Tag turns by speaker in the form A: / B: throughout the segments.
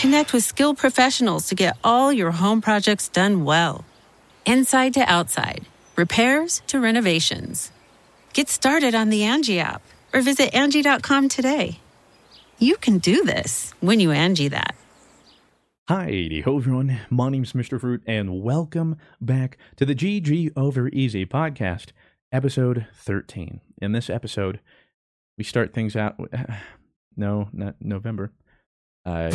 A: Connect with skilled professionals to get all your home projects done well. Inside to outside, repairs to renovations. Get started on the Angie app or visit Angie.com today. You can do this when you Angie that.
B: Hi, ho everyone. My name's Mr. Fruit, and welcome back to the GG Over Easy podcast, episode 13. In this episode, we start things out. With, no, not November. Uh,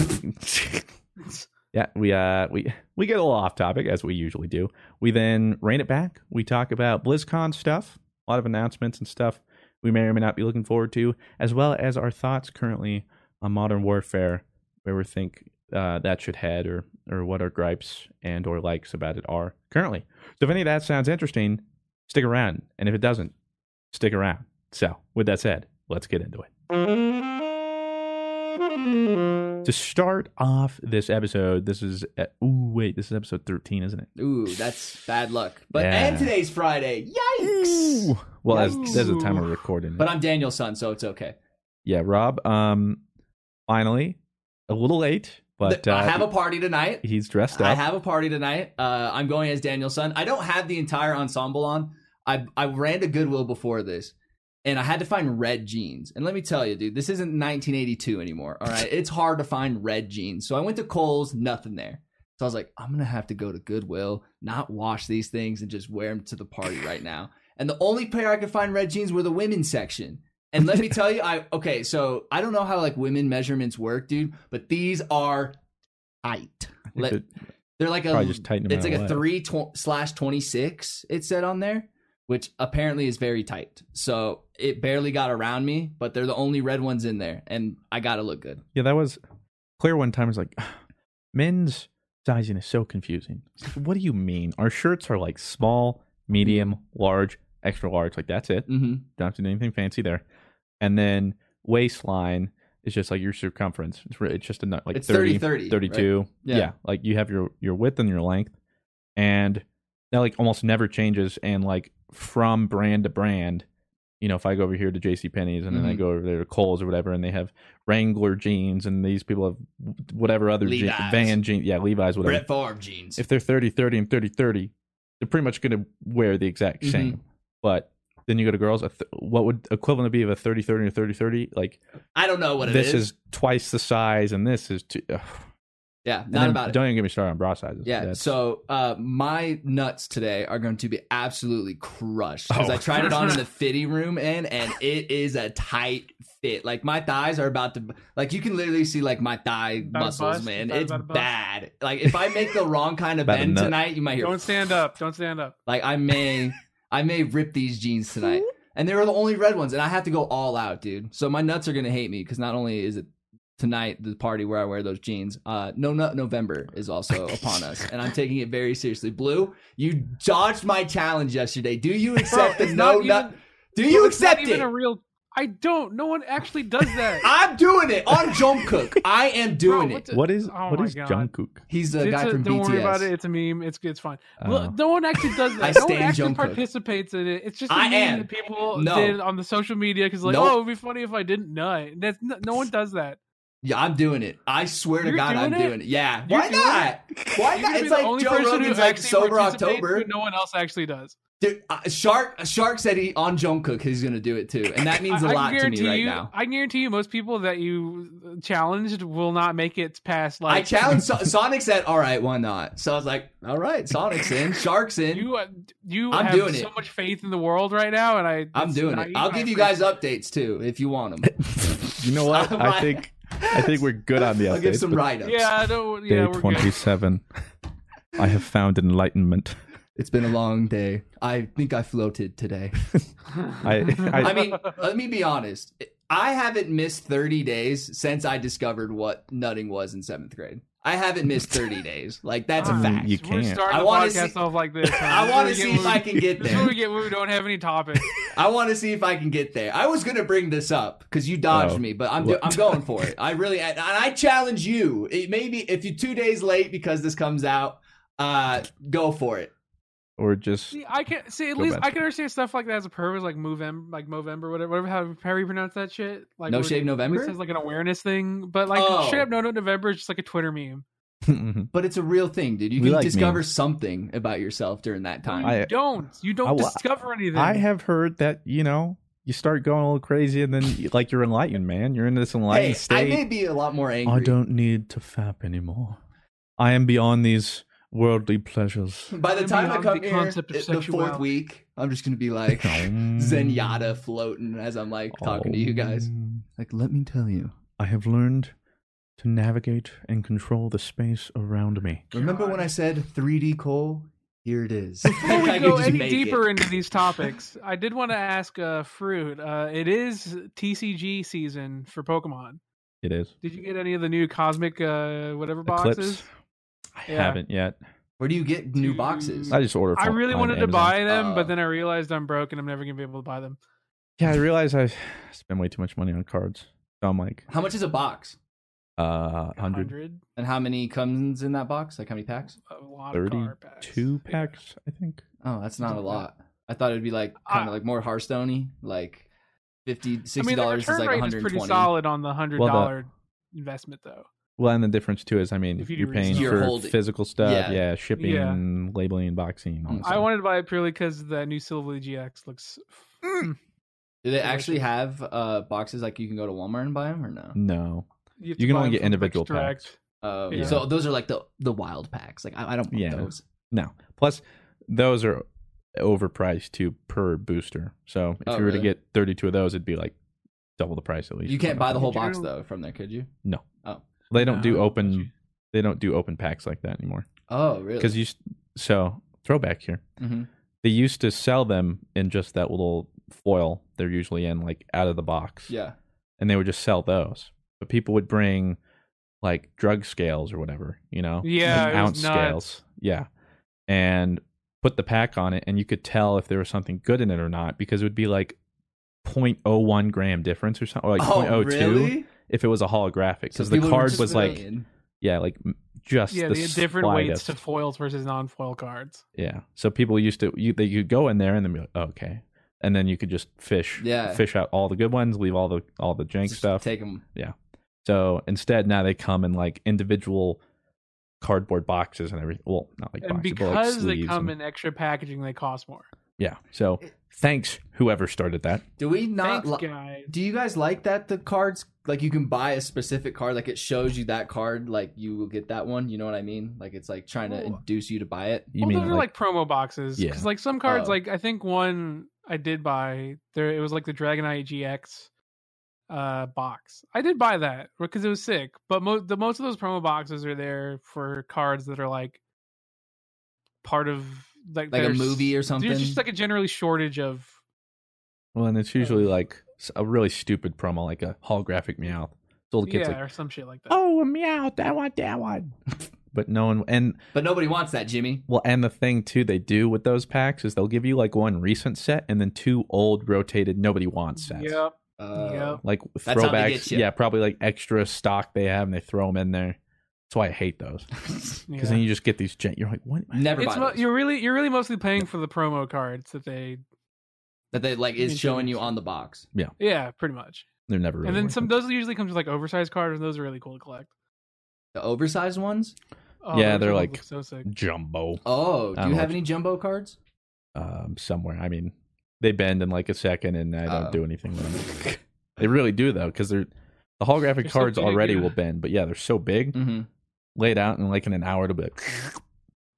B: yeah, we uh, we we get a little off topic as we usually do. We then rein it back. We talk about BlizzCon stuff, a lot of announcements and stuff we may or may not be looking forward to, as well as our thoughts currently on Modern Warfare, where we think uh, that should head or or what our gripes and or likes about it are currently. So if any of that sounds interesting, stick around, and if it doesn't, stick around. So with that said, let's get into it. To start off this episode, this is uh, ooh wait, this is episode thirteen, isn't it?
C: Ooh, that's bad luck. But
B: Yeah.
C: and today's Friday. Yikes!
B: Ooh. Well, as,
C: Yikes.
B: as the time we're recording,
C: But I'm Daniel's son, so it's okay.
B: yeah, Rob. Um, finally, a little late, but
C: I
B: uh,
C: have a party tonight.
B: he's dressed up.
C: I have a party tonight. Uh, I'm going as Daniel's son. I don't have the entire ensemble on. I I ran to Goodwill before this, and I had to find red jeans. And let me tell you, dude, this isn't 1982 anymore. All right, it's hard to find red jeans. So I went to Kohl's, nothing there. So I was like, I'm gonna have to go to Goodwill, not wash these things, and just wear them to the party right now. And the only pair I could find red jeans were the women's section. And let me tell you, I okay, so I don't know how like women measurements work, dude, but these are tight.
B: Like
C: Let-
B: the-
C: they're like a
B: Probably just tighten 'em
C: it's
B: out
C: like a
B: wide.
C: three tw- slash twenty six. It said on there, which apparently is very tight. So it barely got around me, but they're the only red ones in there, and I gotta look good.
B: Yeah, that was Claire one time was like, men's sizing is so confusing. It's like, what do you mean? Our shirts are like small, medium, large, extra large. Like that's it.
C: hmm
B: Don't have to do anything fancy there. And then waistline is just like your circumference. It's, re- it's just a nu- like
C: It's
B: 30,
C: 30,
B: 32.
C: Yeah.
B: Yeah. Like you have your, your width and your length. And that like almost never changes. And like from brand to brand, you know, if I go over here to JC Penney's and then I
C: Mhm.
B: go over there to Cole's or whatever, and they have Wrangler jeans and these people have whatever other jeans,
C: Levi's.
B: van jeans. Yeah. Levi's, whatever.
C: Brett Favre jeans.
B: If they're 30, 30 and 30, 30, they're pretty much going to wear the exact
C: Mhm.
B: same. But then you go to girls, a th- what would equivalent be of a 30, 30 or 30, 30? Like
C: I don't know what it is.
B: this is. twice the size and this is uh, two. ugh.
C: yeah,
B: And
C: not
B: then
C: about it.
B: Don't even get me started on bra sizes.
C: Yeah.
B: That's-
C: So uh, my nuts today are going to be absolutely crushed because
B: Oh.
C: I tried it on in the fitting room and and it is a tight fit. Like my thighs are about to like you can literally see like my thigh
D: About to
C: muscles,
D: bust.
C: man.
D: Thigh
C: It's
D: about to bust.
C: bad. Like if I make the wrong kind of
B: About to
C: bend
B: nut.
C: tonight, you might hear
D: Don't stand up. Don't stand up.
C: like I may I may rip these jeans
D: Hmm?
C: tonight. And they were the only red ones, and I have to go all out, dude. So my nuts are gonna hate me because not only is it tonight the party where I wear those jeans, uh, no nut November is also upon us, and I'm taking it very seriously. Blue, you dodged my challenge yesterday. Do you accept the
D: it's
C: no
D: not
C: nut?
D: even-
C: Do you
D: It's not
C: accept
D: even
C: it?
D: a real I don't. No one actually does that.
C: I'm doing it on Jungkook. I am doing
D: Bro, what
C: it.
D: the-
B: What is
D: Oh
B: what
D: my
B: is
D: God.
B: Jungkook?
C: He's the
D: It's
C: guy
D: a-
C: from
D: don't
C: BTS.
D: worry about it. It's a meme. It's it's fine.
B: Oh.
D: Well, no one actually does
C: Uh, I
D: that. no one
C: stand
D: actually
C: Jungkook.
D: participates in it. It's just a
C: I
D: meme
C: am.
D: that people
C: No.
D: did on the social media because like,
C: Nope.
D: oh, it'd be funny if I didn't nut. That's no, no one does that.
C: Yeah, I'm doing it. I swear to
D: You're
C: God, I'm
D: doing it?
C: doing it. Yeah.
D: You're
C: Why
D: doing
C: not? Why not?
D: You're gonna be
C: It's
D: the
C: like
D: only
C: Joe
D: person
C: Rogan's
D: who
C: like
D: actually
C: sober
D: participates
C: October.
D: Who no one else actually does.
C: Dude, uh, Shark Shark said he on Jungkook he's gonna do it too, and that means a
D: I- I
C: lot to me
D: guarantee
C: right
D: you,
C: now.
D: I guarantee you, most people that you challenged will not make it past like
C: I challenged so- Sonic said, "All right, why not?" So I was like, "All right, Sonic's in, Shark's in.
D: You, uh, you
C: I'm
D: have
C: doing
D: so
C: it.
D: much faith in the world right now, and I.
C: I'm
D: it's
C: doing
D: not
C: it. I'll
D: I
C: give you guys
D: appreciate
C: updates too if you want them.
B: You know what? I think I think we're good on the
C: I'll give
B: updates,
C: some
B: but
C: write
D: it.
C: ups.
D: Yeah, I don't.
B: Day
D: Yeah, we're good.
B: 27. I have found enlightenment.
C: It's been a long day. I think I floated today.
B: I, I,
C: I mean, let me be honest. I haven't missed 30 days since I discovered what nutting was in seventh grade. I haven't missed 30 days. Like, that's a
D: Ah,
C: fact.
B: You
D: We're
B: can't.
D: starting
C: I
D: a
C: wanna
D: podcast
C: see-
D: off like this. man.
C: I want to
D: This is what we
C: see
D: get
C: if
D: when
C: I
D: we-
C: can get
D: This is what
C: there.
D: we get when we don't have any topic.
C: I want to see if I can get there. I was going to bring this up because you dodged
B: Oh.
C: me, but I'm, do-
B: What?
C: I'm going for it. I really, and I challenge you. It may be if you're two days late because this comes out, uh, go for it.
B: or just
D: See, I can see at
B: Go
D: least
B: back.
D: I can understand stuff like that as a purpose, like move em, like Movember, whatever, whatever. How, how you pronounce that shit? Like
C: no
D: where-
C: shave November?
D: This is like an awareness thing, but like
C: Oh.
D: straight up, no, no, November is just like a Twitter meme.
C: But it's a real thing, dude. You
B: We
C: can
B: like
C: discover
B: memes.
C: something about yourself during that time.
B: I-
D: you don't. You don't
B: I- well,
D: discover anything.
B: I have heard that, you know, you start going a little crazy and then you- like you're enlightened, man. You're in this enlightened
C: hey, I
B: state.
C: may be a lot more angry.
B: I don't need to fap anymore. I am beyond these worldly pleasures.
C: By the
D: I'm
C: time I
D: beyond
C: come
D: the
C: here,
D: concept of
C: it- the fourth
D: sexuality.
C: week, I'm just gonna be like Zenyatta floating as I'm like talking to you guys.
B: Um,
C: Oh. Like, let me tell you.
B: I have learned to navigate and control the space around me.
C: Remember when I said 3D coal? Here it is.
D: Before we
C: I could
D: go
C: just
D: any
C: make
D: deeper
C: it.
D: into these topics, I did want to ask uh, Fruit. Uh, it is TCG season for Pokemon.
B: It is.
D: Did you get any of the new cosmic uh, whatever
B: Eclipse.
D: boxes?
B: I
D: Yeah.
B: haven't yet.
C: Where do you get new boxes?
B: I just ordered.
D: I
B: from-
D: really
B: on
D: wanted to
B: Amazon.
D: buy them,
C: Uh,
D: but then I realized I'm broke and I'm never gonna be able to buy them.
B: Yeah, I realized I spend way too much money on cards. So I'm like,
C: How much is a box?
B: uh, hundred
C: And how many comes in that box? Like how many packs?
D: a lot of card packs.
B: thirty-two packs, I think.
C: Oh, that's not a lot. I thought it'd be like kind of like more Hearthstoney, like 50 $60
D: I mean, the
C: is
D: return
C: like
D: rate is
C: 120.
D: pretty solid on the hundred
B: Well, the-
D: dollar investment, though.
B: Well, and the difference too is, I mean,
D: If you do
B: you are paying
D: resale.
C: You're
B: for
C: holding-
B: physical stuff,
C: Yeah.
B: yeah, shipping, labeling, boxing. All that
C: I
D: Mm, I
B: stuff.
D: wanted to buy it purely because the new Silver GX looks.
C: Do they
D: Delicious.
C: actually have uh, boxes like you can go to Walmart and buy them or no?
B: No,
D: You, have
B: You
D: to
B: can
D: buy
B: only
D: them
B: get
D: from, like,
B: individual
D: direct.
B: packs.
C: Oh,
D: Yeah.
C: so those are like the the wild packs. Like I, I don't want
B: Yeah.
C: those.
B: no. Plus, those are overpriced too per booster. So if
C: Oh,
B: you were to
C: really?
B: get thirty-two of those, it'd be like double the price at least.
C: You can't buy the whole
D: Could
C: box
D: you-
C: though from there, could you?
B: They don't
D: No,
B: do
D: Oh, I
B: open.
D: don't know.
B: They don't do open packs like that anymore.
C: Oh, really?
B: Because you s- so throwback here.
C: Mhm.
B: They used to sell them in just that little foil they're usually in, like out of the box.
C: yeah,
B: and they would just sell those. But people would bring like drug scales or whatever, you know?
D: Yeah,
B: Like
D: it was
B: ounce
D: nuts.
B: scales. Yeah. And put the pack on it and you could tell if there was something good in it or not because it would be like 0.01 gram difference or something or like
C: oh,
B: 0.02
C: really?
B: if it was a holographic because the
C: people were
B: card
C: just
B: was like
C: playing.
B: yeah like m- just
D: Yeah,
B: the
D: the, different weights
B: slightest.
D: to foils versus non-foil cards.
B: yeah so people used to you they could go in there and then be like oh, okay and then you could just fish
C: Yeah.
B: fish out all the good ones leave all the all the jank
C: Just
B: stuff
C: Take them.
B: So instead, now they come in like individual cardboard boxes and everything. Well, not like
D: and
B: boxes, but like
D: because they
B: sleeves
D: come
B: and-
D: in extra packaging, they cost more.
B: yeah. So thanks whoever started that.
C: Do we not?
D: Thanks,
C: Li-
D: guys.
C: do you guys like that? The cards like you can buy a specific card. Like it shows you that card. Like you will get that one. You know what I mean? Like it's like trying to
D: Well-
C: induce you to buy it.
B: You
D: well,
B: mean
D: those are like promo boxes.
B: Yeah.
D: Because like some cards,
C: Oh.
D: like I think one I did buy there. It was like the Dragonite GX uh box. I did buy that because it was sick. But most the most of those promo boxes are there for cards that are like part of like
C: Like a
D: there's-
C: movie or something.
D: There's just like a generally shortage of.
B: well, and
D: oh.
B: it's usually like s- a really stupid promo, like a holographic meow. So the
D: Yeah,
B: kids like,
D: or some shit like that.
B: oh, a meow, I want that one. but no one and
C: but nobody wants that, Jimmy.
B: well, and the thing too they do with those packs is they'll give you like one recent set and then two old rotated nobody wants sets.
D: Yep.
C: Uh,
D: Yep.
B: like
C: how they
B: throwbacks.
C: get ya.
B: Yeah, probably like extra stock they have, and they throw them in there. That's why I hate those because then you just get these. Gen- you're like, what?
C: Never
D: it's
C: buy
D: mo-
C: those.
D: you're really you're really mostly paying for the promo cards that they
C: that they like is showing you on the box.
D: yeah pretty much
B: They're never. Really
D: and then
B: worth
D: some
B: it.
D: those usually comes with like oversized cards and those are really cool to collect
C: The oversized ones.
D: oh,
B: Yeah,
D: those
B: they're
D: ones
B: like-
D: look so sick
B: jumbo
C: Oh,
B: I
C: do you
B: don't
C: have
B: know.
C: any jumbo cards?
B: um, somewhere. I mean, they bend in like a second, and I don't
C: Oh.
B: do anything with them. they really do though, because they're the holographic
D: They're so
B: cards
D: big,
B: already
D: yeah.
B: will bend, but yeah, they're so big.
C: Mm-hmm.
B: Laid out in like in an hour, it'll be like,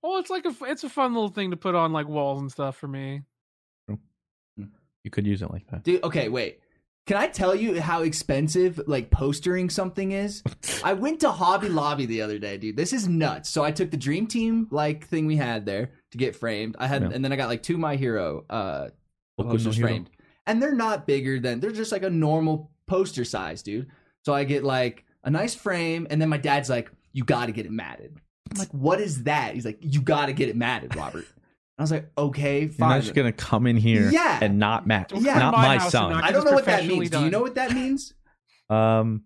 D: well it's like a f- it's a fun little thing to put on like walls and stuff for me
B: you could use it like that.
C: Dude, okay, wait. Can I tell you how expensive like postering something is? I went to Hobby Lobby the other day, dude. This is nuts. So I took the Dream Team like thing we had there to get framed. I had
B: Yeah.
C: and then I got like two My Hero uh
B: Boku
C: ones
B: no
C: just
B: Hero.
C: framed. And they're not bigger than they're just like a normal poster size, dude. So I get like a nice frame and then my dad's like, "You got to get it matted." I'm like, "What is that?" He's like, "You got to get it matted, Robert." I was like, "Okay,
B: You're not
C: fine."
B: just gonna come in here
C: Yeah.
B: and not match.
D: Don't come
C: Yeah.
B: not
D: to my
B: my
D: house and
B: son.
D: not
C: I don't know what that
D: professionally
C: means. Do you
D: done.
C: know what that means?
B: Um,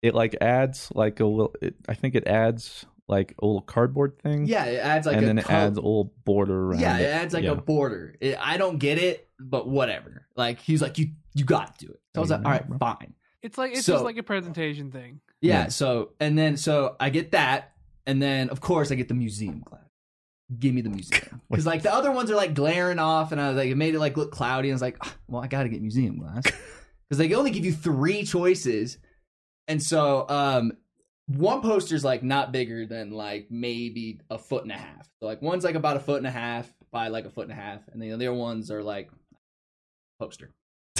B: it like adds like a little. It, I think it adds like a little cardboard thing.
C: Yeah, it adds like
B: and
C: a
B: then it
C: col-
B: adds a little border around.
C: yeah, it
B: it.
C: adds like
B: Yeah.
C: a border. It, I don't get it, but whatever. Like he's like you, you got to do it. So I was
B: Yeah,
C: like, all right,
B: bro.
C: fine.
D: it's like it's
C: So-
D: just like a presentation thing
C: Yeah,
B: Yeah.
C: So and then so I get that, and then of course I get the museum cloud. Give me the museum because like the other ones are like glaring off, and I was like it made it like look cloudy. And I was like, "Ah, well, I got to get museum glass because they only give you three choices, and so um. One poster's like not bigger than like maybe a foot and a half. So like one's like about a foot and a half by like a foot and a half, and the other ones are like poster.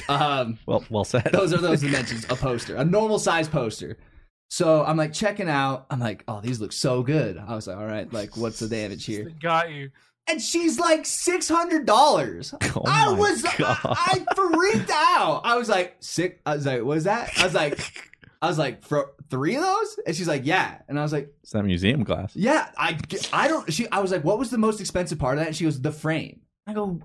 C: Um,
B: Well, well said.
C: those are those dimensions a poster a normal size poster so i'm like checking out i'm like oh these look so good i was like all right like what's the damage
D: They
C: here
D: got you
C: and she's like $600
B: Oh
C: i
B: my
C: was uh,
B: God.
C: I, I freaked out i was like sick i was like what is that i was like i was like for three of those and she's like yeah and i was like
B: it's that museum glass.
C: yeah, I, I don't. She, I was like, what was the most expensive part of that? And she goes, the frame. I go,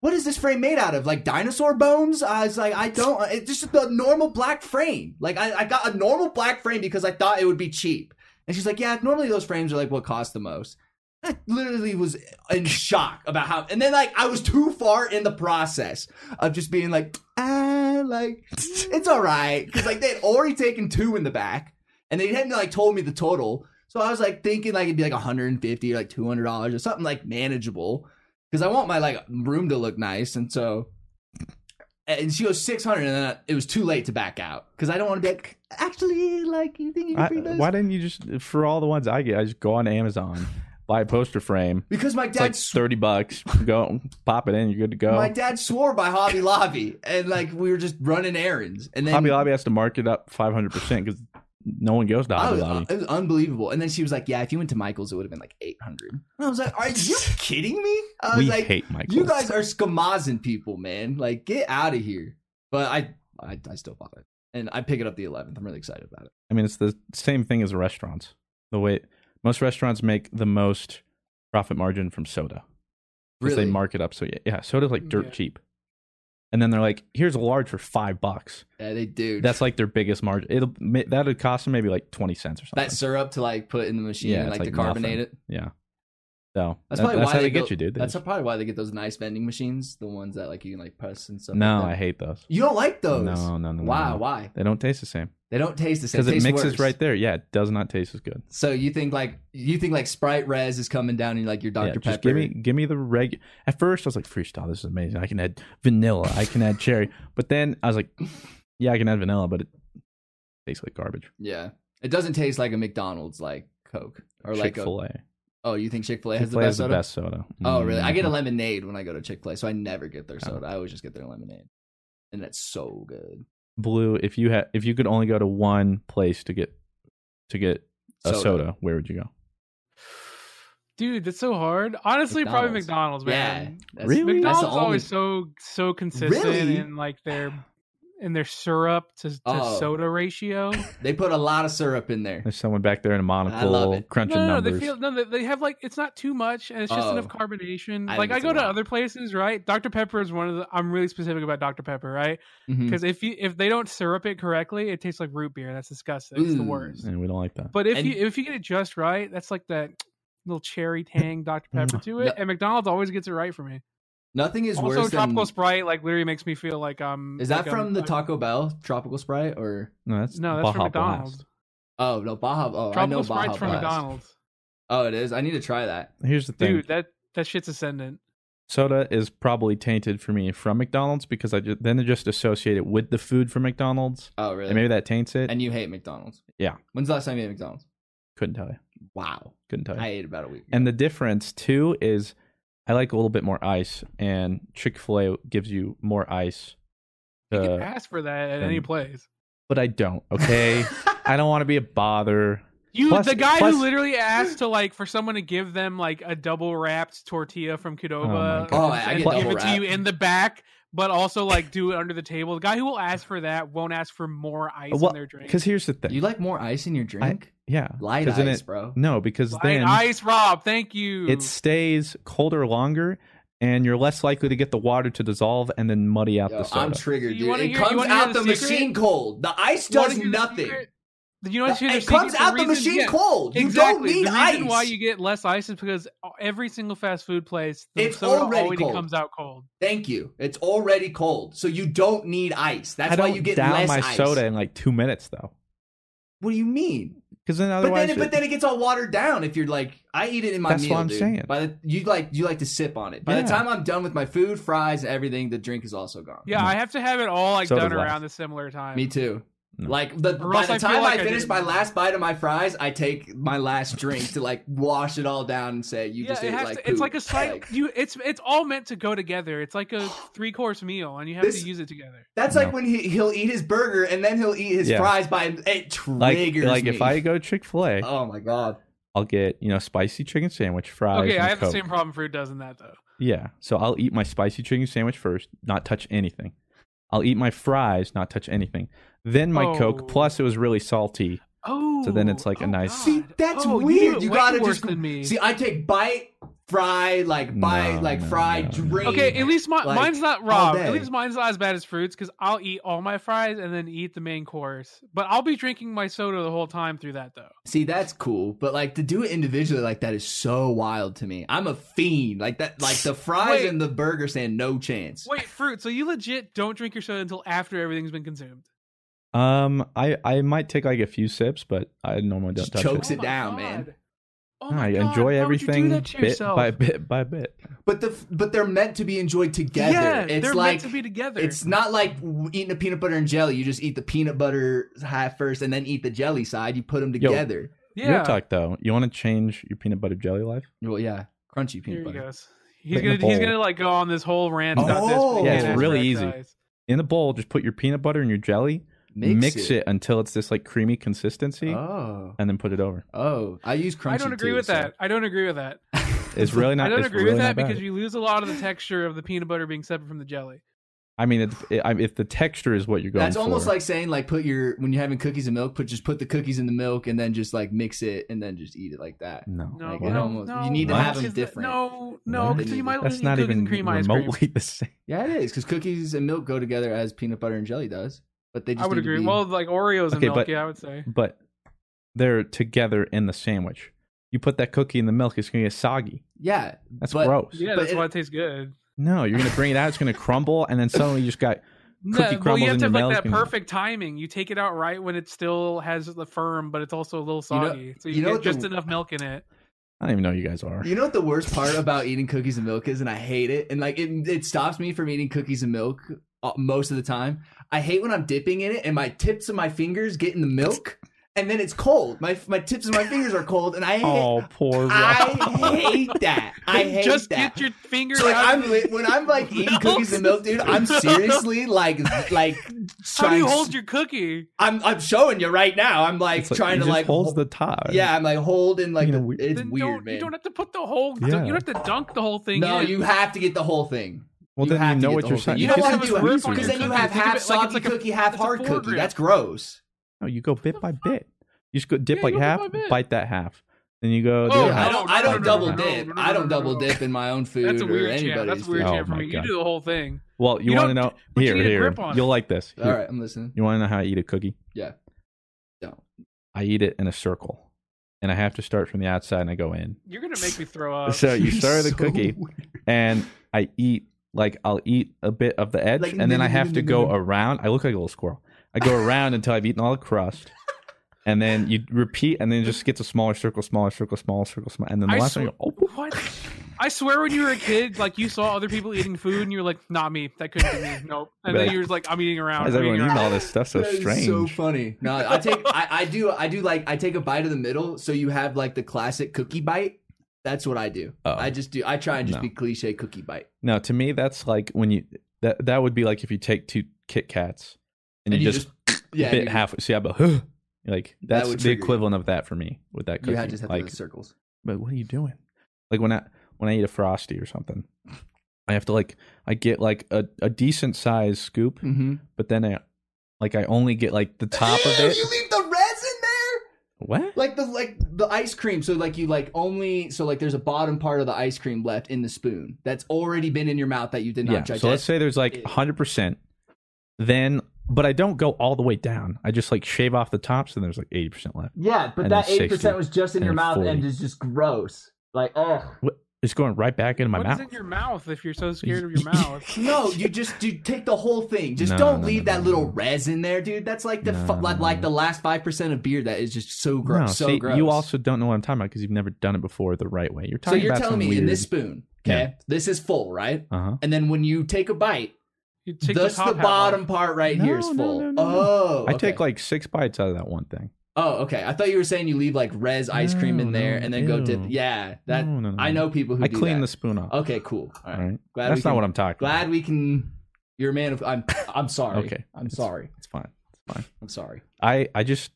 C: what is this frame made out of? Like dinosaur bones? I was like, I don't. It's just the normal black frame. Like I, I got a normal black frame because I thought it would be cheap. And she's like, yeah, normally those frames are like what cost the most. I literally was in shock about how, and then like I was too far in the process of just being like, ah, like it's all right because like they'd already taken two in the back, and they hadn't like told me the total. So I was like thinking like it'd be like 150 or like 200 dollars or something like manageable because I want my like room to look nice, and so. And she goes 600, and then I- it was too late to back out because I don't want to be like, actually, like, you think you
B: I,
C: can bring those?
B: why didn't you just for all the ones I get? I just go on Amazon, buy a poster frame.
C: Because my
B: It's like
C: dad's
B: thirty bucks. Go pop it in. You're good to go.
C: My dad swore by Hobby Lobby, and like we were just running errands. And then
B: Hobby Lobby has to mark it up five hundred percent because no one goes to
C: I
B: Hobby
C: was-
B: Lobby.
C: Oh, it was unbelievable. And then she was like, "Yeah, if you went to Michael's, it would have been like 800 And I was like, "Are you kidding me?" I was
B: we
C: like,
B: hate Michael.
C: "You guys are skamazing people, man! Like, get out of here!" But I, I, I still bought it, and I pick it up the 11th. I'm really excited about it.
B: I mean, it's the same thing as restaurants. The way most restaurants make the most profit margin from soda. because
C: Really,
B: they mark it up. So yeah, yeah, soda's like dirt
D: Yeah.
B: cheap. And then they're like, "Here's a large for five bucks."
C: yeah, they do.
B: That's like their biggest margin. It'll ma- that'd cost them maybe like twenty cents or something.
C: that syrup to like put in the machine
B: Yeah,
C: and
B: it's
C: like,
B: like
C: to carbonate
B: nothing.
C: it.
B: yeah. So
C: That's
B: that-
C: probably why
B: how
C: they,
B: they, get
C: built-
B: you, dude. They
C: That's
B: just-
C: probably why they get those nice vending machines, the ones that like you can like press and stuff. like
B: no,
C: that.
B: I hate those.
C: You don't like those?
B: No, no, no.
C: Why?
B: no, no.
C: Why?
B: They don't taste the same
C: They don't taste the same.
B: because it
C: Tastes
B: mixes
C: worse.
B: right there. Yeah, it does not taste as good.
C: So you think like you think like Sprite Res is coming down and like your Dr
B: yeah,
C: Pepper.
B: just give me give me the reg. At first, I was like, "Freestyle, this is amazing. I can add vanilla. I can add cherry." But then I was like, "Yeah, I can add vanilla, but it tastes like garbage."
C: Yeah, it doesn't taste like a McDonald's like Coke or
B: Chick
C: like a.
B: Fil A.
C: Oh, you think Chick Fil A has
B: Chick
C: the
B: Fil A
C: best
B: is the
C: soda?
B: best soda.
C: Oh, really? I get a
B: Mhm.
C: lemonade when I go to Chick Fil A, so I never get their
B: Oh.
C: soda. I always just get their lemonade, and that's so good.
B: blue if you had if you could only go to one place to get to get a soda, where would you go
D: dude that's so hard honestly probably
C: McDonald's.
D: McDonald's
C: Yeah,
D: man
C: that's-
B: Really?
C: That's
D: McDonald's
C: the
D: is
C: only.
D: always so so consistent
C: Really?
D: and like they're in their syrup to, to
C: Oh.
D: soda ratio.
C: They put a lot of syrup in there.
B: There's someone back there in a monocle
C: it.
B: crunching
D: no, no,
B: numbers.
D: they feel no. They, they have like it's not too much, and it's just
C: Oh.
D: enough carbonation.
C: I think
D: like I
C: it's a
D: go to
C: lot.
D: other places, right? Dr Pepper is one of the. I'm really specific about Dr Pepper, right?
C: Mhm.
D: Because if you if they don't syrup it correctly, it tastes like root beer. That's disgusting. It's the
C: Ooh.
D: worst.
B: and we don't like that.
D: But if
C: Mm. And-
D: you if you get it just right, that's like that little cherry tang Dr Pepper to it.
C: mm, No.
D: And McDonald's always gets it right for me.
C: Nothing is
D: also,
C: worse
D: tropical
C: than.
D: Sprite like literally makes me feel like I'm.
C: Is that
D: like um,
C: from
D: I'm-
C: the
D: I'm-
C: Taco Bell Tropical Sprite or?
B: No, that's
D: No, that's from
B: Baja
D: McDonald's.
B: Blast.
C: Oh no, Baja. Oh, I know Baja
D: Tropical Sprite's from
C: Blast.
D: McDonald's.
C: Oh, it is. I need to try that.
B: Here's the thing.
D: Dude, that that shit's ascendant.
B: soda is probably tainted for me from McDonald's because I just, then I just associate it with the food from McDonald's,
C: Oh really?
B: and maybe that taints it.
C: And you hate McDonald's.
B: Yeah.
C: When's the last time you ate McDonald's?
B: couldn't tell you.
C: Wow.
B: Couldn't tell you.
C: I ate about a week.
B: and the difference too is, I like a little bit more ice, and Chick Fil A gives you more ice.
D: You can
B: Uh,
D: ask for that at any
B: and-
D: place.
B: but I don't. Okay, I don't want to be a bother.
D: You
B: Plus-
D: the guy
B: plus-
D: who literally asked to like for somemeon to give them like a double wrapped tortilla from Qdoba
B: Oh my
C: God. Oh, I- I
D: and
B: get
D: give
C: double
D: it to you
C: wrapped.
D: in the back, but also like do it under the table. The guy who will ask for that won't ask for more ice
B: Well,
D: in their drink.
B: Because here's the thing.
C: you like more ice in your drink?
B: yeah,
C: Light
B: 'cause
C: ice,
B: then it-
C: bro.
B: No, because
D: Light
B: then
D: ice, Rob. Thank you.
B: it stays colder longer, and you're less likely to get the water to dissolve and then muddy out
C: Yo,
B: the soda.
C: I'm triggered,
D: You
C: dude.
D: wanna
C: it
D: hear- you
C: comes
D: wanna hear
C: out
D: the
C: the,
D: secret?
C: machine cold. The ice
D: You wanna
C: does
D: hear the
C: nothing.
D: secret? You want to hear the
C: it
D: secret?
C: comes
D: The
C: out the
D: reason-
C: machine
D: yeah,
C: cold. You
D: exactly.
C: don't need
D: the
C: ice.
D: reason why you get less ice is because every single fast food place the
C: It's
D: soda
C: already
D: already
C: cold.
D: comes out cold.
C: Thank you. It's already cold, so you don't need ice. That's
B: I
C: why
B: don't
C: you get
B: down
C: less
B: my
C: ice.
B: soda in like two minutes though,
C: What do you mean?
B: because then
C: But
B: otherwise,
C: then, but then it gets all watered down. If you're like, I eat it in my
B: That's
C: meal.
B: what I'm
C: dude.
B: saying.
C: By the you like you like to sip on it. By
B: Yeah.
C: the time I'm done with my food, fries, everything, the drink is also gone.
D: Yeah, I have to have it all like
B: Mm. Soda's
D: done
B: last.
D: around the similar time.
C: Me too.
B: No.
C: Like the
D: Or
C: by
D: else
C: the
D: I feel
C: time
D: like
C: I
D: I
C: finish
D: didn't.
C: my last bite of my fries, I take my last drink to like wash it all down and say you just
D: it
C: ate
D: has
C: like
D: to, it's
C: poop."
D: like a site you it's it's all meant to go together it's like a three course meal and you have
C: This-
D: to use it together
C: that's
B: No.
C: like when he he'll eat his burger and then he'll eat his
B: Yeah.
C: fries by him- it
B: like
C: triggers
B: like
C: me.
B: if I go Chick Fil A,
C: oh my god
B: I'll get you know spicy chicken sandwich, fries.
D: okay
B: and
D: i have
B: Coke.
D: the same problem fruit does in that though
B: Yeah, so I'll eat my spicy chicken sandwich first, not touch anything. I'll eat my fries, not touch anything. Then my
D: Oh.
B: Coke. Plus, it was really salty.
D: oh
B: then it's like a
D: oh,
B: nice-
D: God.
C: See, that's
D: Oh, you,
C: weird.
D: do it
C: You
D: way
C: gotta
D: worse
C: just-
D: than me
C: see I take bite fry like bite
B: No,
C: like
B: no,
C: fry
B: no, no.
C: drink
D: okay at least my,
C: like,
D: mine's not
C: all
D: rob
C: day.
D: at least mine's not as bad as fruits because i'll eat all my fries and then eat the main course but i'll be drinking my soda the whole time through that though
C: see that's cool but like to do it individually like that is so wild to me I'm a fiend like that like the fries
D: Wait.
C: and the burger stand no chance
D: wait fruit so you legit don't drink your soda until after everything's been consumed
B: Um, I I might take like a few sips, but I normally don't
C: Just
B: touch
C: chokes
B: it.
C: it down, man.
D: God. oh
B: I
D: my God,
B: enjoy
D: why would you do
B: everything
D: that to
B: bit
D: yourself?
B: by bit by bit.
C: But the but they're meant to be enjoyed together.
D: Yeah,
C: it's
D: they're
C: like
D: meant to be together.
C: it's not like eating a peanut butter and jelly. You just eat the peanut butter half first and then eat the jelly side. You put them
B: Yo.
C: together.
D: yeah.
B: Real talk though, you want to change your peanut butter jelly life?
C: Well, yeah, crunchy
D: Here
C: peanut
D: he
C: butter.
D: goes. He's
B: Like in a
D: gonna he's
B: bowl.
D: gonna like go on this whole rant about this. but
C: Oh.
D: he
C: Yeah,
D: can't
C: it's
D: ask for
B: really easy.
D: exercise.
B: In a bowl, just put your peanut butter and your jelly,
C: Mix, it.
B: until it's this like creamy consistency,
C: Oh,
B: and then put it over.
C: oh, I use crunchy.
D: I don't agree
C: too,
D: with
C: so-
D: that. I don't agree with that.
B: It's really not.
D: I don't
B: it's
D: agree
B: really
D: with
B: not
D: that
B: bad.
D: because you lose a lot of the texture of the peanut butter being separate from the jelly.
B: I mean, it's, it, I, if the texture is what you're going
C: That's
B: for,
C: almost like saying like put your when you're having cookies and milk, put just put the cookies in the milk and then just like mix it and then just eat it like that.
B: no,
D: No,
C: Like,
B: What?
C: it
D: no,
C: almost-
D: no,
C: you need
B: to have
C: them
D: because the-
C: different.
D: No, no,
B: What?
D: because you might
B: that's
D: lose
B: not
D: cookies
B: even
D: and cream ice cream.
B: remotely the same.
C: Yeah, it is because cookies and milk go together as peanut butter and jelly does. But they just
D: I would
C: need to
D: agree.
C: be-
D: Well, like Oreos and
B: Okay,
D: milk,
B: but-
D: yeah, I would say.
B: But they're together in the sandwich. You put that cookie in the milk, it's going to get soggy.
C: yeah,
B: That's
C: But-
B: gross.
D: Yeah,
C: But
D: that's
C: it-
D: why it tastes good.
B: No, you're going to bring it out, it's going to crumble, and then suddenly you just got
D: No,
B: Cookie
D: well,
B: crumbles
D: you have
B: in
D: to
B: your
D: have like
B: mouth
D: that
B: and-
D: perfect timing. You take it out right when it still has the firm, but it's also a little
C: You know-
D: soggy. so you,
C: you know
D: get
C: what the-
D: just enough milk in it.
B: I don't even know you guys are.
C: You know what the worst part about eating cookies and milk is, and I hate it. And like it, it stops me from eating cookies and milk uh, most of the time. I hate when I'm dipping in it, and my tips of my fingers get in the milk, and then it's cold. My my tips of my fingers are cold, and I hate,
B: Oh, poor
C: I
B: Rob.
C: hate that. I hate
D: just
C: that.
D: get your finger
C: So, like
D: out.
C: I'm li- when I'm like eating
D: Milk.
C: cookies and milk, dude. I'm seriously like like
D: How do
C: trying.
D: you hold your cookie?
C: I'm I'm showing you right now. I'm like
B: It's like,
C: trying
B: he
C: to
B: just
C: like
B: holds
C: hol-
B: the top.
C: yeah. I'm like holding like
B: You know,
C: the-
B: we-
C: it's
D: Then
C: weird,
D: don't,
C: man.
D: You don't have to put the whole.
B: Yeah.
D: You don't have to dunk the whole thing
C: no,
D: in.
C: you have to get the whole thing.
B: Well,
C: You
B: then
C: have
B: you
C: to
B: know
C: get
B: what
C: the
B: you're
C: whole thing.
B: saying.
C: You don't
D: Because
C: want
D: it
C: to
D: was
C: do
D: worth
C: it
D: it when
C: because
D: you're
C: then you
D: cooking.
C: have
D: Think
C: half
D: of it like it's
C: soggy
D: like a-
C: cookie, half
D: it's a
C: hard cookie.
D: foreground.
C: That's gross.
B: No, you go bit by bit. You just go dip
D: Yeah,
B: like
D: you go bit
B: half,
D: by bit.
B: bite that half, then you go. the
D: Oh,
B: other
D: no,
C: I
B: half.
C: don't, I
D: no,
C: don't
D: no,
C: double
D: no, no,
C: dip.
D: no, no,
C: I don't
D: no,
C: double
D: no.
C: dip in my own food
D: That's a
C: or
D: weird jam.
C: anybody's.
D: That's a weird
B: Oh
D: jam for
B: my
D: me.
B: God.
D: You do the whole thing.
B: Well, you,
D: You
B: want to
D: don't-
B: know?
D: but you
B: Here,
D: need a
B: here.
D: grip on
B: You'll
D: it.
B: like this.
C: All
B: Here.
C: right, I'm listening.
B: You want to know how I eat a cookie?
C: Yeah. Don't.
B: I eat it in a circle, and I have to start from the outside and I go in.
D: You're gonna make me throw up.
B: so you start the
C: So
B: cookie,
C: weird.
B: and I eat like I'll eat a bit of the edge,
C: Like,
B: and then I have to go
C: nom, nom,
B: around. I look like a little squirrel. I go around until I've eaten all the crust, and then you repeat, and then it just gets a smaller circle, smaller circle, smaller circle, smaller, and then the
D: I
B: last one.
D: swear,
B: You go, oh,
D: what? I swear, when you were a kid, like you saw other people eating food, and you were like, "Not me. That couldn't be me. Nope." And
B: Right.
D: then you were just like, "I'm eating around."
B: why is
D: I'm eating
B: everyone eating
D: around."
B: all this stuff so
C: That is
B: strange?
C: So funny. No, I take I, I do I do like I take a bite of the middle, so you have like the classic cookie bite. That's what I do.
B: Oh.
C: I just do I try and just
B: No.
C: be cliche cookie bite.
B: no, to me that's like when you that that would be like if you take two Kit Kats and, you, just,
C: yeah,
B: bit
C: you-
B: half. See, I'm like, like
C: That
B: that's
C: would
B: the
C: trigger you.
B: equivalent of that for me with that cookie.
C: you had just have to
B: like,
C: do the circles.
B: but what are you doing? Like when I when I eat a frosty or something, I have to like I get like a, a decent size scoop,
C: Mm-hmm.
B: but then I like I only get like the top of it.
C: You leave the res in there.
B: What?
C: like the like the ice cream so like you like only so like there's a bottom part of the ice cream left in the spoon that's already been in your mouth that you did not
B: yeah.
C: digest
B: So let's say there's like
C: It-
B: hundred percent. Then, but I don't go all the way down. I just like shave off the tops, and there's like eighty percent left.
C: yeah but
B: and then
C: that 8%
B: 60,
C: was just in
B: and
C: your
B: then
C: mouth
B: 40.
C: and is just gross like oh
B: It's going right back into my
D: What is
B: mouth.
D: in your mouth if you're so scared of your mouth?
C: no you just dude take the whole thing just
B: No,
C: don't
B: no,
C: leave
B: no,
C: that
B: no,
C: little
B: no.
C: res in there dude that's like the
B: No,
C: fu- like,
B: no,
C: like
B: no.
C: the last 5% of beer that is just so gross
B: no,
C: so
B: see,
C: gross
B: you also don't know what I'm talking about because you've never done it before the right way. You're
C: so
B: talking
C: you're
B: about
C: telling
B: some
C: me
B: weird,
C: in this spoon okay this is full right
B: Uh huh.
C: and then when you take a bite
D: You take
C: that's
D: the,
C: the,
D: top half
C: bottom
D: off.
C: part right here is
B: No, no,
C: full
B: no, no, no.
C: oh
B: I take
C: okay.
B: like six bites out of that one thing.
C: Oh, okay. I thought you were saying you leave like res ice cream in
B: No,
C: there
B: no,
C: and then go dip.
B: ew.
C: Yeah, that
B: No, no, no,
C: I
B: no.
C: know people who
B: I
C: do
B: clean
C: that.
B: the spoon off.
C: Okay, cool. All
B: All
C: right.
B: right.
C: Glad we
B: That's
C: can-
B: not what I'm talking
C: Glad
B: about.
C: we can. You're a man of. I'm. I'm sorry.
B: Okay.
C: I'm sorry.
B: It's fine.
C: I'm sorry.
B: I, I just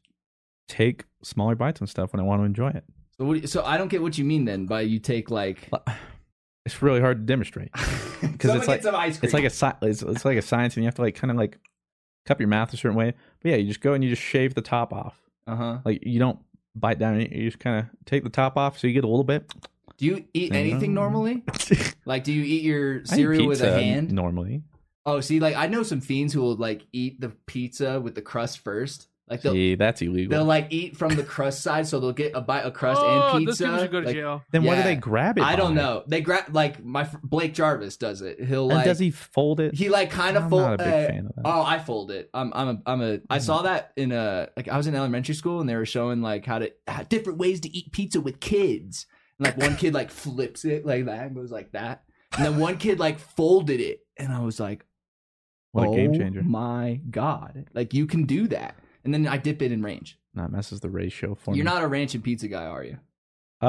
B: take smaller bites and stuff when I want to enjoy it.
C: So what? do you- So I don't get what you mean then by you take like.
B: It's really hard to demonstrate.
C: Because
B: it's like-
C: some ice cream.
B: It's like a sci- it's, it's like a science, and you have to like kind of like cup your mouth a certain way. But yeah, you just go and you just shave the top off.
C: Uh huh.
B: Like you don't bite down. You- You just kind of take the top off, so you get a little bit.
C: Do you eat
B: Then,
C: anything
B: um,
C: normally? Like, do you eat
B: I
C: your
B: eat
C: cereal with a
B: pizza
C: hand?
B: normally.
C: Oh, see, like I know some fiends who will like eat the pizza with the crust first. Like they'll
B: See, that's illegal.
C: They'll like eat from the crust side, so they'll get a bite of crust
D: oh,
C: and
D: those
C: pizza.
D: people should go to
C: Like,
D: jail.
B: then why do
C: yeah.
B: they grab it?
C: I don't
B: by?
C: know. They grab like my fr- Blake Jarvis does it. He'll
B: And
C: like
B: does he fold it?
C: he like kind of
B: I'm
C: fold.
B: not a big
C: uh,
B: fan of that.
C: Oh, I fold it. I'm I'm a I'm a I
B: Mm-hmm.
C: saw that in a like I was in elementary school and they were showing like how to how, different ways to eat pizza with kids. And like one kid like flips it like that and goes like that, and then one kid like folded it, and I was like,
B: what
C: oh
B: a game changer!
C: my god! Like you can do that. And then I dip it in ranch.
B: That messes the ratio for
C: You're
B: me.
C: not a ranch and pizza guy, are you?
B: Uh,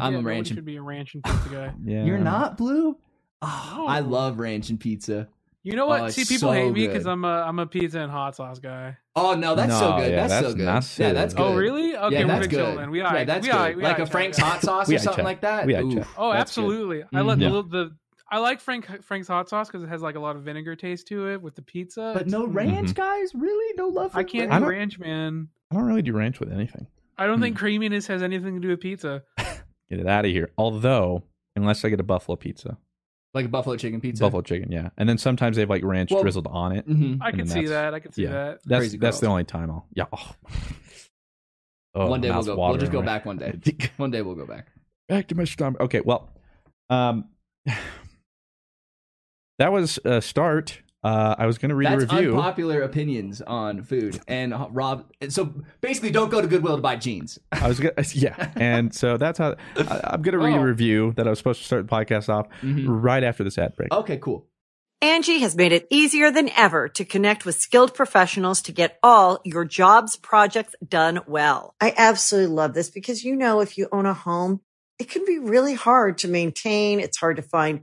C: I'm
D: yeah,
C: a
D: nobody
C: ranch and
D: Should be a ranch and pizza guy.
B: yeah.
C: You're not blue. Oh,
D: No.
C: I love ranch and pizza.
D: You know
C: Oh,
D: what?
C: it's
D: See, people
C: so
D: hate me because
C: good.
D: I'm a I'm a pizza and hot sauce guy.
C: Oh no, that's so
B: No,
C: good.
B: yeah,
C: that's, so
B: that's
C: good.
B: not
C: Yeah, that's good.
D: Oh, really? Okay,
C: yeah,
D: we're
C: that's
D: big chill
C: good.
D: then. We
C: yeah,
D: are.
C: that's
D: we
C: good.
D: alright, we
C: like a
D: alright,
C: Frank's
D: yeah, yeah.
C: hot sauce
B: We
C: or
B: eye
C: something
B: check.
C: like that.
B: We eye
C: Ooh,
B: check.
D: Oh,
C: that's good. Mm.
D: absolutely. I love
B: Mhm.
D: the, the I like Frank Frank's hot sauce because it has like a lot of vinegar taste to it with the pizza.
C: But
D: It's-
C: no ranch, guys. Really, no love. For
D: Mm-hmm. I can't
B: I
D: do
B: don't- Mm.
D: ranch, man.
B: I don't really do ranch with anything.
D: I don't think creaminess has anything to do with pizza.
B: Get it out of here. Although, unless I get a buffalo pizza,
C: like a buffalo chicken pizza.
B: buffalo chicken, yeah. And then sometimes they have like ranch
C: Well-
B: drizzled on it.
C: Mhm.
D: I
B: And
D: can
B: then
D: see
B: that's-
D: that. I can see
B: yeah.
D: that.
B: That's
C: Crazy
B: that's the
C: girls.
B: only time I'll. Yeah. Oh. Oh,
C: One day we'll
B: mouth's
C: go. We'll just go
B: watering
C: back one day.
B: right- back.
C: One day we'll go back.
B: to my stomach. Okay. Well, um, that was a start. Uh, I was going to read
C: That's
B: a review.
C: unpopular opinions on food and uh, Rob. So basically, don't go to Goodwill to buy jeans.
B: I was gonna, yeah, and so that's how I, I'm gonna read a
D: Oh.
B: review that I was supposed to start the podcast off
C: Mm.
B: right after this ad break.
C: Mm-hmm. Okay, cool.
E: Angie has made it easier than ever to connect with skilled professionals to get all your jobs projects done well. I absolutely love this because, you know, if you own a home, it can be really hard to maintain. It's hard to find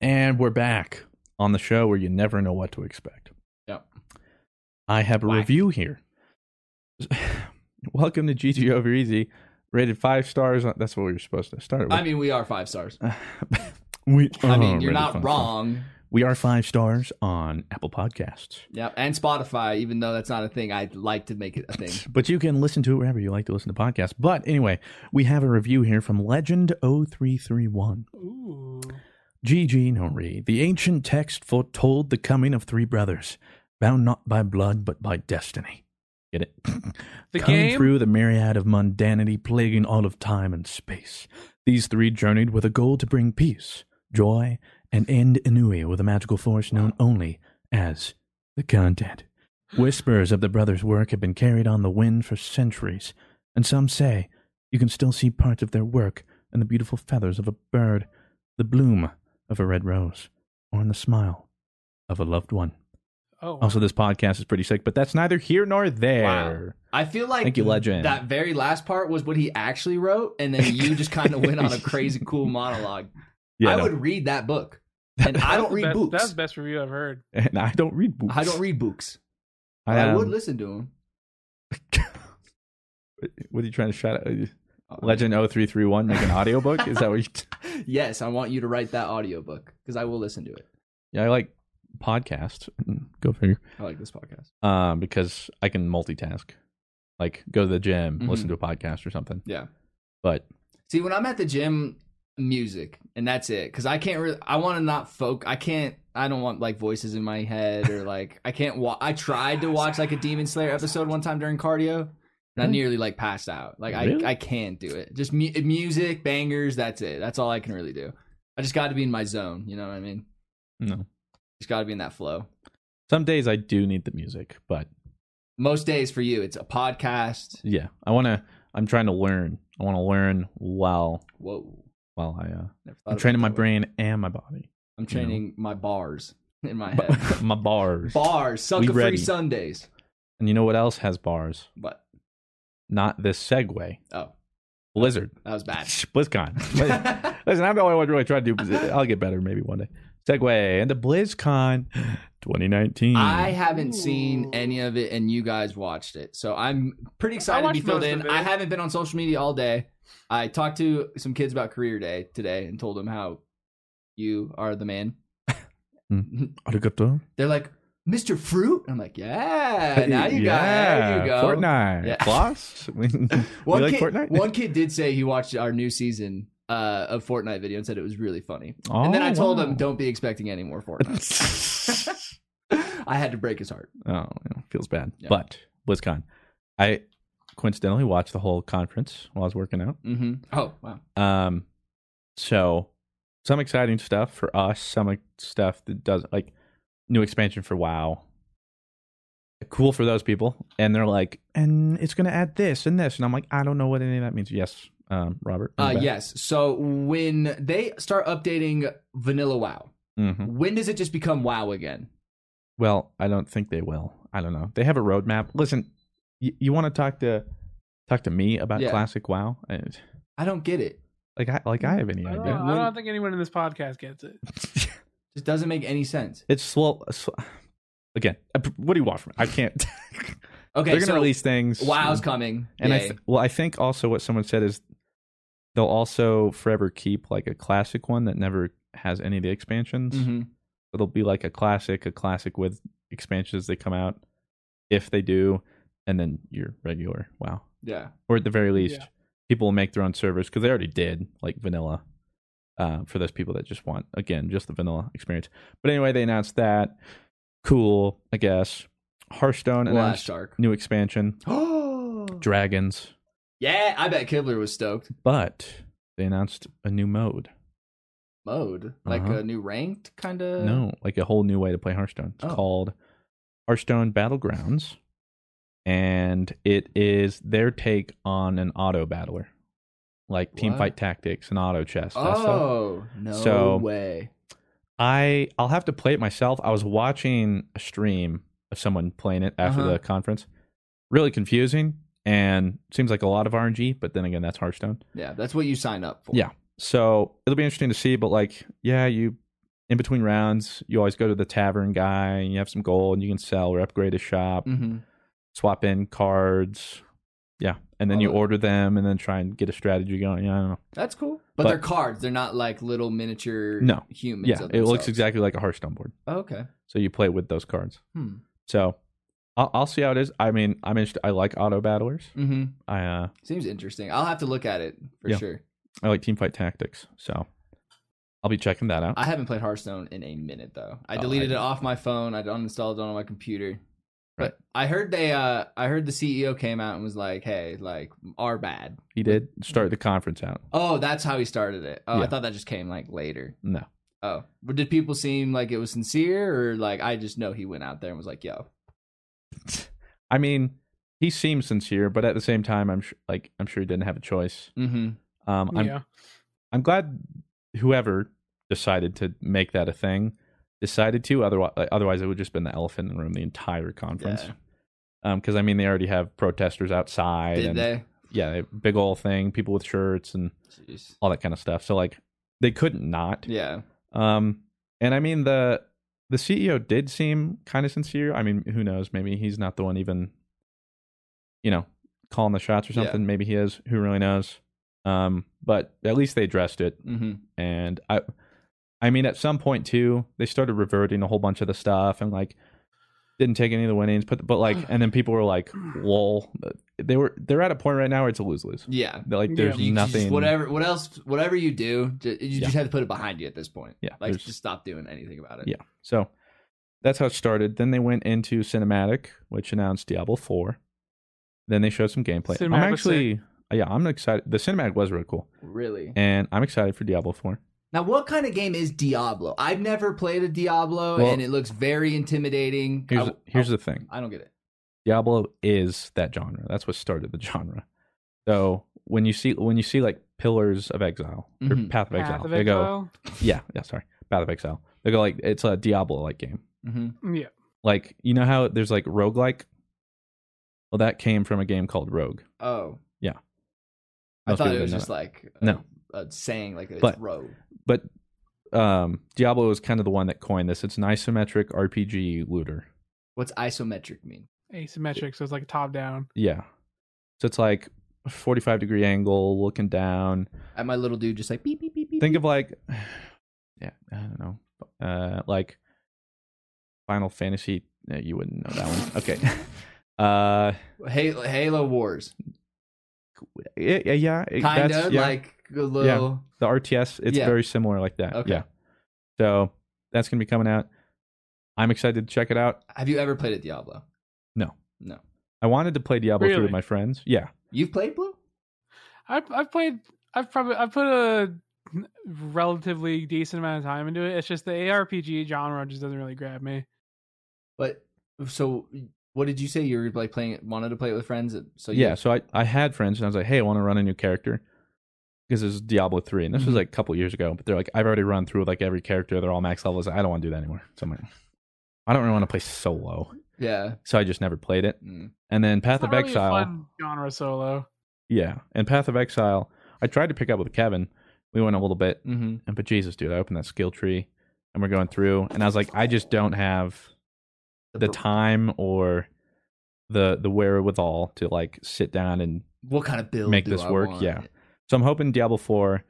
B: And we're back on the show where you never know what to expect.
C: Yep.
B: I have a
C: Why?
B: review here. Welcome to GG Over Easy, rated five stars. On, that's what we were supposed to start with.
C: I mean, we are five stars.
B: we,
C: I mean,
B: are
C: you're
B: rated
C: not
B: Oh, five
C: wrong.
B: stars. We are five stars on Apple Podcasts,
C: Yep, and Spotify, even though that's not a thing, I'd like to make it a thing.
B: but you can listen to it wherever you like to listen to podcasts. But anyway, we have a review here from Legend0331.
D: Ooh.
B: GG Nori, the ancient text foretold the coming of three brothers, bound not by blood but by destiny. Get it?
D: The
B: coming
D: game?
B: through the myriad of mundanity plaguing all of time and space, these three journeyed with a goal to bring peace, joy, and end Inui with a magical force known only as the content. Whispers of the brothers' work have been carried on the wind for centuries, and some say you can still see parts of their work in the beautiful feathers of a bird, the bloom of a red rose, or in the smile of a loved one.
D: Oh.
B: Also, this podcast is pretty sick, but that's neither here nor there.
C: I feel like
B: Thank you, Legend.
C: that very last part was what he actually wrote, and then you just kind of went on a crazy cool monologue. I
B: no.
C: would read that book, and I
D: That's
C: don't
D: the
C: read
D: best- That's
C: books.
D: the best review I've heard.
B: and I don't read books.
C: I don't read books.
B: I,
C: I would
B: um,
C: listen to him.
B: What are you trying to shout out? Legend 0331 make an audiobook? Is that what you
C: Yes, I want you to write that audiobook because I will listen to it.
B: Yeah, I like podcasts. Go figure.
C: I like this podcast.
B: Um, because I can multitask. Like go to the gym,
C: Mhm.
B: listen to a podcast or something.
C: Yeah.
B: But
C: See, when I'm at the gym, music, and that's it. Because I can't really, I want to not folk. I can't, I don't want like voices in my head or like, I can't wa- I tried to watch like a Demon Slayer episode one time during cardio, and I
B: Really?
C: nearly like passed out. Like,
B: Hmm. Really?
C: I, I can't do it. Just mu- music, bangers, that's it. That's all I can really do. I just got to be in my zone. You know what I mean?
B: no.
C: Just got to be in that flow.
B: Some days I do need the music, but
C: Most days for you, it's a podcast.
B: yeah. I wanna I'm trying to learn. I wanna learn while
C: Whoa.
B: while I uh
C: Never thought
B: I'm
C: about
B: training
C: it
B: my
C: that way.
B: brain and my body.
C: I'm
B: you know.
C: training my bars in my
B: Ba-
C: head.
B: my bars.
C: bars, sucker free
B: ready.
C: Sundays.
B: and you know what else has bars?
C: But,
B: Not this segue.
C: oh,
B: Blizzard.
C: that was bad.
B: BlizzCon. Listen, I'm the only one really trying to do. I'll get better maybe one day. Segue into BlizzCon 2019.
C: I haven't seen any of it, and you guys watched it, so I'm pretty excited to be
D: watched
C: filled
D: most
C: in.
D: of it.
C: I haven't been on social media all day. I talked to some kids about career day today and told them how you are the man.
B: Arigato.
C: They're like, "Mr. Fruit," I'm like, "Yeah, now you got, there you go."
B: Fortnite.
C: Yeah.
B: Plus, we,
C: One,
B: we like
C: kid,
B: Fortnite.
C: one kid did say he watched our new season uh, of Fortnite video and said it was really funny.
B: Oh,
C: and then I told
B: wow.
C: him, "Don't be expecting any more Fortnite." I had to break his heart.
B: Oh, you know, feels bad.
C: Yeah.
B: But BlizzCon, I coincidentally watched the whole conference while I was working out.
C: hmm Oh wow,
B: Um, so some exciting stuff for us. Some ex- stuff that doesn't like new expansion for WoW. Cool for those people, and they're like, and it's going to add this and this, and I'm like, I don't know what any of that means. Yes, um, Robert.
C: Uh, yes. So when they start updating Vanilla WoW,
B: hmm
C: when does it just become WoW again?
B: Well, I don't think they will. I don't know. They have a roadmap. Listen, y- you want to talk to talk to me about
C: Yeah.
B: classic WoW? And,
C: I don't get it.
B: like I like I have any
D: I don't,
B: idea.
D: I don't think anyone in this podcast gets it.
C: It doesn't make any sense.
B: It's slow. sl- Again, I- what do you want from it? I can't.
C: Okay,
B: They're gonna
C: so
B: release things.
C: WoW's coming.
B: And I
C: Yay.
B: th- well, I think also what someone said is they'll also forever keep like a classic one that never has any of the expansions.
C: Mhm.
B: It'll be like a classic, a classic with expansions that come out if they do, and then your regular WoW,
C: yeah,
B: or at the very least,
D: Yeah.
B: people will make their own servers because they already did like vanilla. Uh, for those people that just want again just the vanilla experience. But anyway, they announced that cool, I guess. Hearthstone
C: Last
B: announced
C: Shark.
B: new expansion,
C: Oh,
B: dragons.
C: yeah. I bet Kibler was stoked.
B: but they announced a new mode.
C: Mode like
B: Uh-huh.
C: a new ranked kind of.
B: no, like a whole new way to play Hearthstone. It's
C: Uh. Oh.
B: called Hearthstone Battlegrounds, and it is their take on an auto battler, like team
C: What?
B: fight tactics and auto chess. that stuff.
C: Oh no
B: So-
C: way.
B: I I'll have to play it myself. I was watching a stream of someone playing it after
C: Uh-huh.
B: the conference. Really confusing and seems like a lot of RNG, but then again, that's Hearthstone.
C: Yeah, that's what you sign up for.
B: Yeah. So it'll be interesting to see, but like, yeah, you in between rounds, you always go to the tavern guy and you have some gold and you can sell or upgrade a shop,
C: hmm
B: swap in cards. Yeah. And then
C: All
B: you
C: of-
B: order them and then try and get a strategy going. Yeah, I don't know.
C: That's cool. But,
B: But-
C: they're cards. They're not like little miniature
B: No.
C: humans.
B: Yeah.
C: of
B: It looks
C: themselves.
B: exactly like a Hearthstone board.
C: Okay.
B: So you play with those cards.
C: Hmm.
B: So I'll, I'll see how it is. I mean, I'm interested. I like auto battlers.
C: hmm
B: I, uh,
C: Seems interesting. I'll have to look at it for
B: Yeah.
C: sure.
B: I like team fight tactics. So I'll be checking that out.
C: I haven't played Hearthstone in a minute though. I
B: Oh,
C: deleted
B: I-
C: it off my phone. I uninstalled it on my computer.
B: Right.
C: But I heard they uh I heard the CEO came out and was like, "Hey, like our bad."
B: he did start the conference out.
C: Oh, that's how he started it. Oh, I
B: Yeah.
C: thought that just came like later.
B: No.
C: Oh, but did people seem like it was sincere or like I just know he went out there and was like, "Yo."
B: I mean, he seems sincere, but at the same time, I'm sure, like I'm sure he didn't have a choice.
C: Mhm.
B: Um, I'm
D: yeah.
B: I'm glad whoever decided to make that a thing decided to. Otherwise, otherwise it would just been the elephant in the room the entire conference.
C: Yeah.
B: Because I mean, they already have protesters outside.
C: Did
B: and,
C: they?
B: Yeah, they- big old thing, people with shirts and
C: Jeez.
B: all that kind of stuff. So like, they couldn't not.
C: Yeah.
B: Um, and I mean the the CEO did seem kind of sincere. I mean, who knows? Maybe he's not the one even, you know, calling the shots or
C: Yeah.
B: something. Maybe he is. Who really knows? Um, but at least they addressed it.
C: Mhm.
B: And I, I mean, at some point too, they started reverting a whole bunch of the stuff and like didn't take any of the winnings. But but like, and then people were like, "Lol." They were they're at a point right now where it's a lose lose.
C: Yeah.
B: Like
D: Yeah.
B: there's
C: You just-
B: nothing.
C: whatever. What else? Whatever you do, ju- you
B: Yeah.
C: just have to put it behind you at this point.
B: Yeah,
C: Like
B: there's-
C: just stop doing anything about it.
B: Yeah. So that's how it started. Then they went into cinematic, which announced Diablo Four. Then they showed some gameplay.
D: Cinematic
B: I'm
D: was sick.
B: actually, uh, yeah, I'm excited. The cinematic was really cool,
C: Really.
B: and I'm excited for Diablo Four.
C: Now, what kind of game is Diablo? I've never played a Diablo,
B: Well-
C: and it looks very intimidating.
B: Here's
C: I,
B: here's
C: I,
B: the thing:
C: I don't get it.
B: Diablo is that genre. That's what started the genre. So when you see when you see like Pillars of Exile or
C: Mhm.
B: Path of Exile,
D: Path of
B: they go
D: Exile?
B: yeah yeah sorry Path of Exile. They go like it's a Diablo like game.
C: hmm
D: Yeah.
B: Like you know how there's like roguelike. Well, that came from a game called Rogue.
C: Oh,
B: Yeah.
C: I
B: Most
C: thought it
B: people didn't
C: was
B: know
C: just
B: that.
C: like a,
B: No.
C: a saying like it's
B: But-
C: rogue.
B: but um Diablo is kind of the one that coined this. It's an isometric RPG looter.
C: What's isometric mean?
D: Asymmetric, so it's like top down.
B: Yeah. So it's like a 45 degree angle looking down.
C: And my little dude just like beep beep beep beep.
B: Think of like yeah, I don't know. Uh like Final Fantasy no, you wouldn't know that one. Okay. Uh
C: Halo, Halo Wars,
B: it, yeah, it-
C: kind
B: that's-
C: of
B: yeah.
C: like a little.
B: the RTS, it's
C: Yeah.
B: very similar like that.
C: Okay.
B: Yeah. So that's going to be coming out. I'm excited to check it out.
C: Have you ever played a Diablo?
B: No.
C: No.
B: I wanted to play Diablo 3
D: Really?
B: with my friends. Yeah.
C: You've played Blue?
D: I've I've played I've probably I've put a relatively decent amount of time into it. It's just the ARPG genre just doesn't really grab me.
C: But so, what did you say? You were like playing, wanted to play it with friends. So you-
B: yeah so I, I had friends and i was like hey i want to run a new character because this is diablo 3 and this was
D: Mm-hmm.
C: Mhm.
B: like a couple years ago but they're like i've already run through like every character they're all max levels i don't want to do that anymore so i'm like i don't really want to play solo
C: yeah.
B: so i just never played it
C: Mm.
B: and then path
D: It's not
B: of
D: really a
B: exile
D: fun genre solo.
B: yeah and path of exile i tried to pick up with kevin we went a little bit
C: Mm-hmm.
B: and but jesus dude i opened that skill tree i and we're going through, and I was like, I just don't have the time or the the wherewithal to like sit down and
C: What kind of build?
B: make
C: do
B: this
C: I
B: work.
C: want?
B: Yeah. So I'm hoping Diablo 4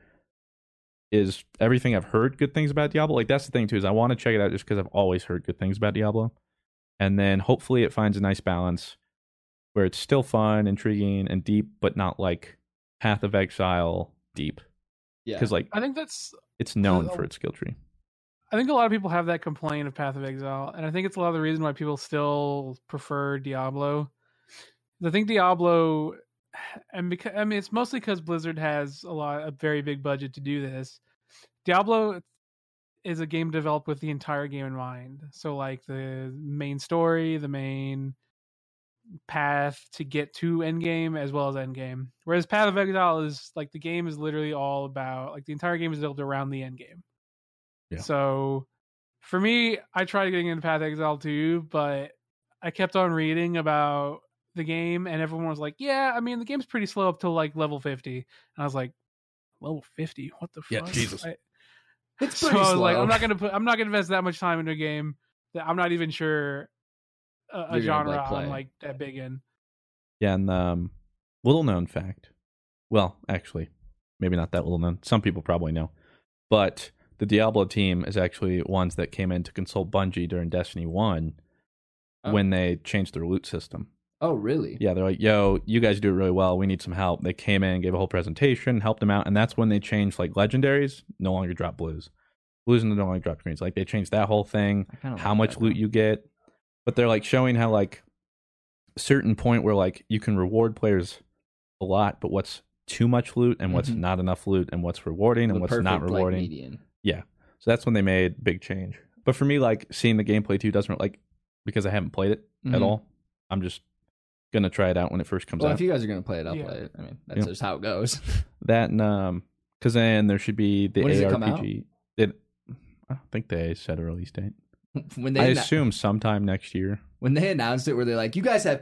B: is everything I've heard good things about Diablo. Like that's the thing too is I want to check it out just because I've always heard good things about Diablo, and then hopefully it finds a nice balance where it's still fun, intriguing, and deep, but not like Path of Exile deep
C: Yeah.
B: because like
D: I think that's
B: it's known for its skill tree.
D: I think a lot of people have that complaint of Path of Exile, and I think it's a lot of the reason why people still prefer Diablo. I think Diablo, and because I mean, it's mostly because Blizzard has a lot, a very big budget to do this. Diablo is a game developed with the entire game in mind. So, like the main story, the main path to get to endgame as well as endgame. Whereas Path of Exile is like the game is literally all about like the entire game is built around the endgame.
B: Yeah.
D: So for me, I tried getting into Path of Exile too, but I kept on reading about the game and everyone was like, Yeah, I mean the game's pretty slow up to like level fifty. And I was like, Level fifty? What the
B: Yeah,
D: fuck?
B: Jesus.
D: I-
C: It's
D: so
C: pretty
D: I was
C: slow.
D: like, I'm not gonna put, I'm not gonna invest that much time into a game that I'm not even sure a, a
C: You're gonna,
D: genre
C: like, play.
D: I'm like that big in.
B: Yeah, and um, little known fact. Well, actually, maybe not that little known. Some people probably know, but the Diablo team is actually ones that came in to consult Bungie during Destiny One
C: Oh.
B: when they changed their loot system.
C: Oh, really?
B: Yeah, they're like, "Yo, you guys do it really well. We need some help." They came in, gave a whole presentation, helped them out, and that's when they changed like legendaries no longer drop blues, blues no longer drop greens. Like they changed that whole thing
C: I kinda
B: how
C: like
B: much
C: that
B: loot
C: one.
B: you get but they're like showing how like a certain point where like you can reward players a lot but what's too much loot and what's
C: Mhm.
B: not enough loot and what's rewarding
C: The
B: and what's not
C: perfect, like,
B: rewarding
C: median.
B: so that's when they made big change but for me like seeing the gameplay too doesn't like because i haven't played it at
C: Mhm.
B: all i'm just gonna try it out when it first comes
C: Well,
B: out
C: if you guys are gonna play it, I'll
D: Yeah.
C: play it. I mean, that's
B: Yeah.
C: just how it goes.
B: that and um because then there should be the
C: When does it come out?
B: arpg it, i don't think they said a release date
C: when
B: i
C: they anno-
B: assume sometime next year
C: when they announced it, were they like, "You guys have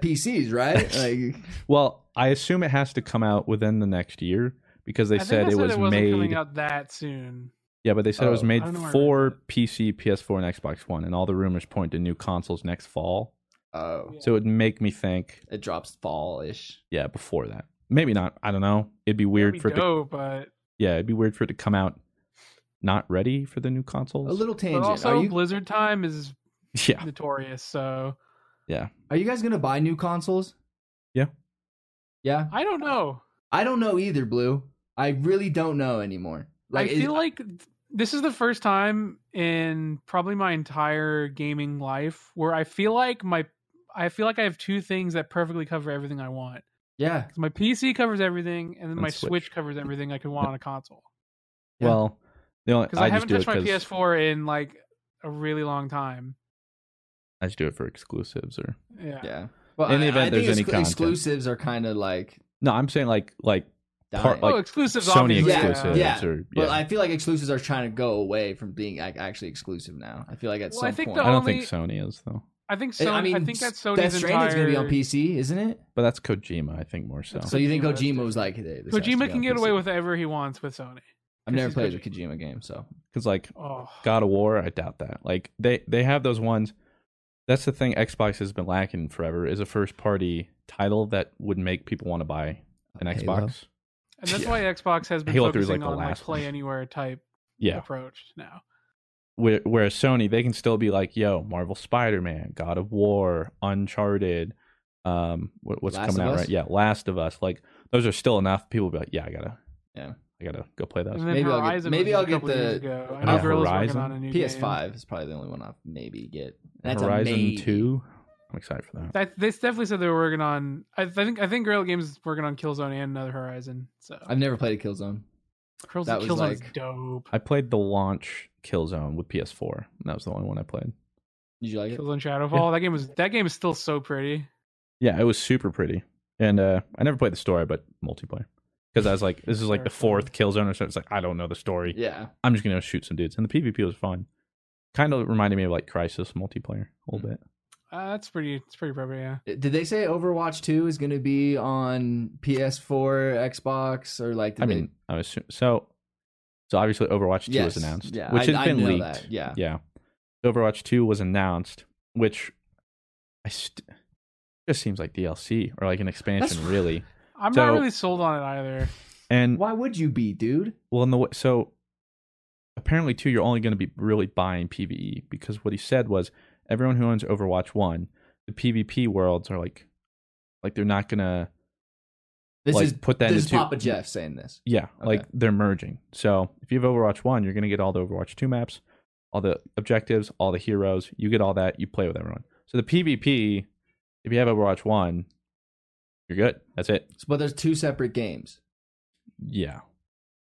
C: PCs, right?" Like,
B: Well, I assume it has to come out within the next year because they
D: I think
B: said
D: I
B: it
D: said
B: was
D: it wasn't coming
B: made.
D: out that soon.
B: Yeah, but they said it was
C: Oh.
B: made
D: I don't know where I read
B: for PC, PS4, and Xbox One, and all the rumors point to new consoles next fall.
C: oh,
B: So it would make me think,
C: it drops fall ish.
B: yeah, before that, maybe not. I don't know. It'd be weird
D: That'd be
B: for it. To,
D: dope, but,
B: yeah, it'd be weird for it to come out not ready for the new
C: A
B: consoles.
C: little
D: but
C: tangent.
D: also
C: are you
D: Blizzard time is
B: yeah,
D: notorious. So
C: are you guys gonna buy new consoles?
B: Yeah.
C: Yeah.
D: I don't know.
C: I don't know either, Blue. I really don't know anymore. Like,
D: I
C: it-
B: uh
D: feel like th- this is the first time in probably my entire gaming life where I feel like my I feel like I have two things that perfectly cover everything I want.
C: yeah.
D: 'Cause my PC covers everything, and then
B: And
D: my
B: Switch.
D: Switch. covers everything I could want on a console.
C: Yeah.
B: well, the only,
D: Because
B: I,
D: I,
B: just
D: haven't
B: do it
D: touched my
B: 'cause-
D: PS4 in like a really long time.
B: I just do it for exclusives or
D: Yeah.
C: Yeah. Well,
B: In the
C: I-
B: event
C: I
B: there's
C: think
B: any
C: exclu-
B: content.
C: exclusives are kind of like
B: no. I'm saying like like
C: dying.
B: Part-
D: oh,
B: like,
D: exclusives,
B: Sony
D: obviously.
C: yeah.
B: exclusives
C: Yeah.
B: or yeah.
C: But I feel like exclusives are trying to go away from being like actually exclusive now. I feel like at
D: Well,
C: some
D: I think
C: point.
D: the
B: I don't
D: only-
B: think Sony is though.
D: I think Sony.
C: I
D: I,
C: mean,
D: think that's Sony's
C: Death Stranding's gonna
D: entire.
C: be on PC, isn't it?
B: But that's Kojima, I think, more so.
D: That's
C: So you think
D: Kojima is
C: Kojima was
D: different.
C: like, hey, this has to be
D: Kojima
C: on
D: can get
C: PC.
D: away with whatever he wants with Sony.
C: I've never
D: This is
C: played a
D: Kojima.
C: Kojima game, so
B: Because like
D: Oh,
B: God of War, I doubt that. Like they they have those ones. That's the thing Xbox has been lacking forever is a first party title that would make people want to buy an Xbox.
C: Halo.
D: and that's
C: Yeah.
D: why Xbox has been
B: Halo 3 was,
D: focusing
B: like, the
D: on like
B: last
D: play
B: one.
D: anywhere type
B: Yeah.
D: approach now.
B: Where, whereas Sony, they can still be like, "Yo, Marvel Spider Man, God of War, Uncharted, um, what, what's
C: Last
B: coming
C: of
B: out
C: Us?
B: right? Yeah, Last of Us. Like those are still enough. People be like, "Yeah, I gotta,
C: Yeah. Mm-hmm.
B: I gotta go play those."
D: And then
C: Maybe I'll get-
D: Horizon
C: maybe
D: was
C: I'll
D: a
C: get
D: couple years
C: the-
D: ago.
C: I
D: I
C: don't
D: know
C: know,
D: Gorilla's
B: Horizon?
D: working on a new game.
C: PS5 is probably the only one I'll maybe get. And that's a
B: Horizon
C: maybe.
B: Two. I'm excited for that.
D: That, they definitely said they were working on. I, I think I think Guerrilla Games is working on Killzone and another Horizon. So
C: I've never played a Killzone.
D: Killzone,
C: that was
D: Killzone's
C: like-
D: dope.
B: I played the launch Killzone with PS4, and that was the only one I played.
C: Did you like it?
D: Killzone Shadowfall. That game was that game is still so pretty.
B: Yeah, it was super pretty. And uh, I never played the story, but multiplayer. Because I was like, this is like the fourth kill zone or something. It's like, I don't know the story.
C: Yeah.
B: I'm just going to shoot some dudes. And the PvP was fun. Kind of reminded me of like Crisis multiplayer a
C: Mm-hmm.
B: little bit.
D: Uh, that's pretty. It's pretty appropriate. Yeah.
C: Did they say Overwatch 2 is going to be on PS4, Xbox, or like? did
B: I
C: they-
B: mean, I was so So obviously, Overwatch Two
C: Yes.
B: was announced,
C: Yeah,
B: which
C: I-
B: had
C: I
B: been
C: know
B: leaked.
C: that. Yeah.
B: yeah. Overwatch Two was announced, which I st- just seems like DLC or like an expansion,
C: That's-
B: really.
D: I'm
B: So-
D: not really sold on it either.
B: And
C: Why would you be, dude?
B: well, in the way, so apparently, too, you're only going to be really buying PVE because what he said was everyone who owns Overwatch One, the PvP worlds are like, like they're not gonna,
C: This
B: Like,
C: is
B: put that
C: this
B: into-
C: is Papa Jeff saying this.
B: yeah, like
C: Okay.
B: they're merging. So if you have Overwatch One, you're gonna get all the Overwatch Two maps, all the objectives, all the heroes. You get all that. You play with everyone. So the PvP, if you have Overwatch One, you're good. That's it.
C: But there's two separate games.
B: Yeah,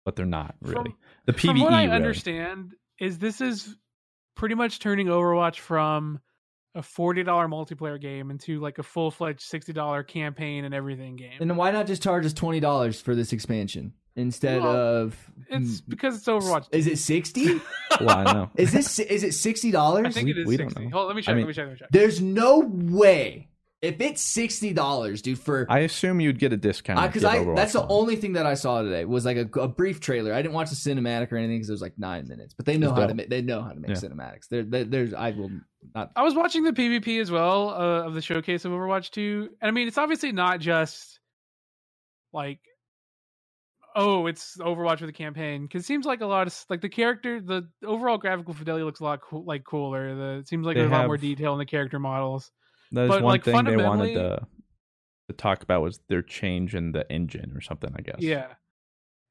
B: but they're not
D: From-
B: really. The PVE.
D: From what I
B: really.
D: understand, is this is pretty much turning Overwatch from a forty dollar multiplayer game into like a full fledged sixty dollar campaign and everything game.
C: And then why not just charge us twenty dollars for this expansion instead
D: Well,
C: of?
B: mm,
D: it's
C: Hmm.
D: because it's Overwatch.
C: Is it sixty?
B: Well, I know.
C: is this is it sixty
D: I
C: dollars?
D: think
B: we-
D: it is
B: we don't
D: sixty.
B: know.
D: Hold, let me
B: I
D: check.
B: mean,
D: let me check. Let me check.
C: There's no way. If it's sixty dollars, dude, for
B: I assume you'd get a discount if
C: because
B: you
C: Uh, I,
B: had Overwatch
C: that's the
B: one.
C: only thing that I saw today was like a, a brief trailer. I didn't watch the cinematic or anything because it was like nine minutes. But they know
B: It's
C: how to
B: dope.
C: make they know how to make
B: Yeah.
C: cinematics. There, there- there's I will not.
D: I was watching the PvP as well uh, of the showcase of Overwatch 2. And I mean, it's obviously not just like oh, it's Overwatch with a campaign cuz it seems like a lot of s- like the character the overall graphical fidelity looks a lot cool, like cooler. The it seems like
B: They
D: there's a lot more
B: have-
D: detail in the character models.
B: That is
D: but,
B: one
D: like,
B: thing they wanted
D: fundamentally-
B: to, to talk about was their change in the engine or something. I guess.
D: Yeah.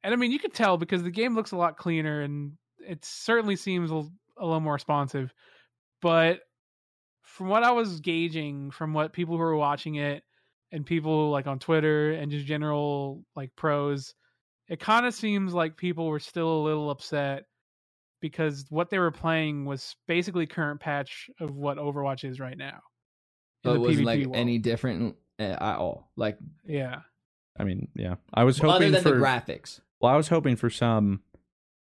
D: And I mean, you could tell because the game looks a lot cleaner and it certainly seems a, a little more responsive. But from what I was gauging from what people who were watching it and people like on Twitter and just general like pros, it kind of seems like people were still a little upset because what they were playing was basically current patch of what Overwatch is right now. in
C: But it
D: the
C: wasn't
D: PvP
C: like
D: world.
C: any different uh, at all. Like
D: Yeah.
B: I mean, yeah. I was
C: other
B: hoping
C: than
B: for.
C: the graphics.
B: well, I was hoping for some,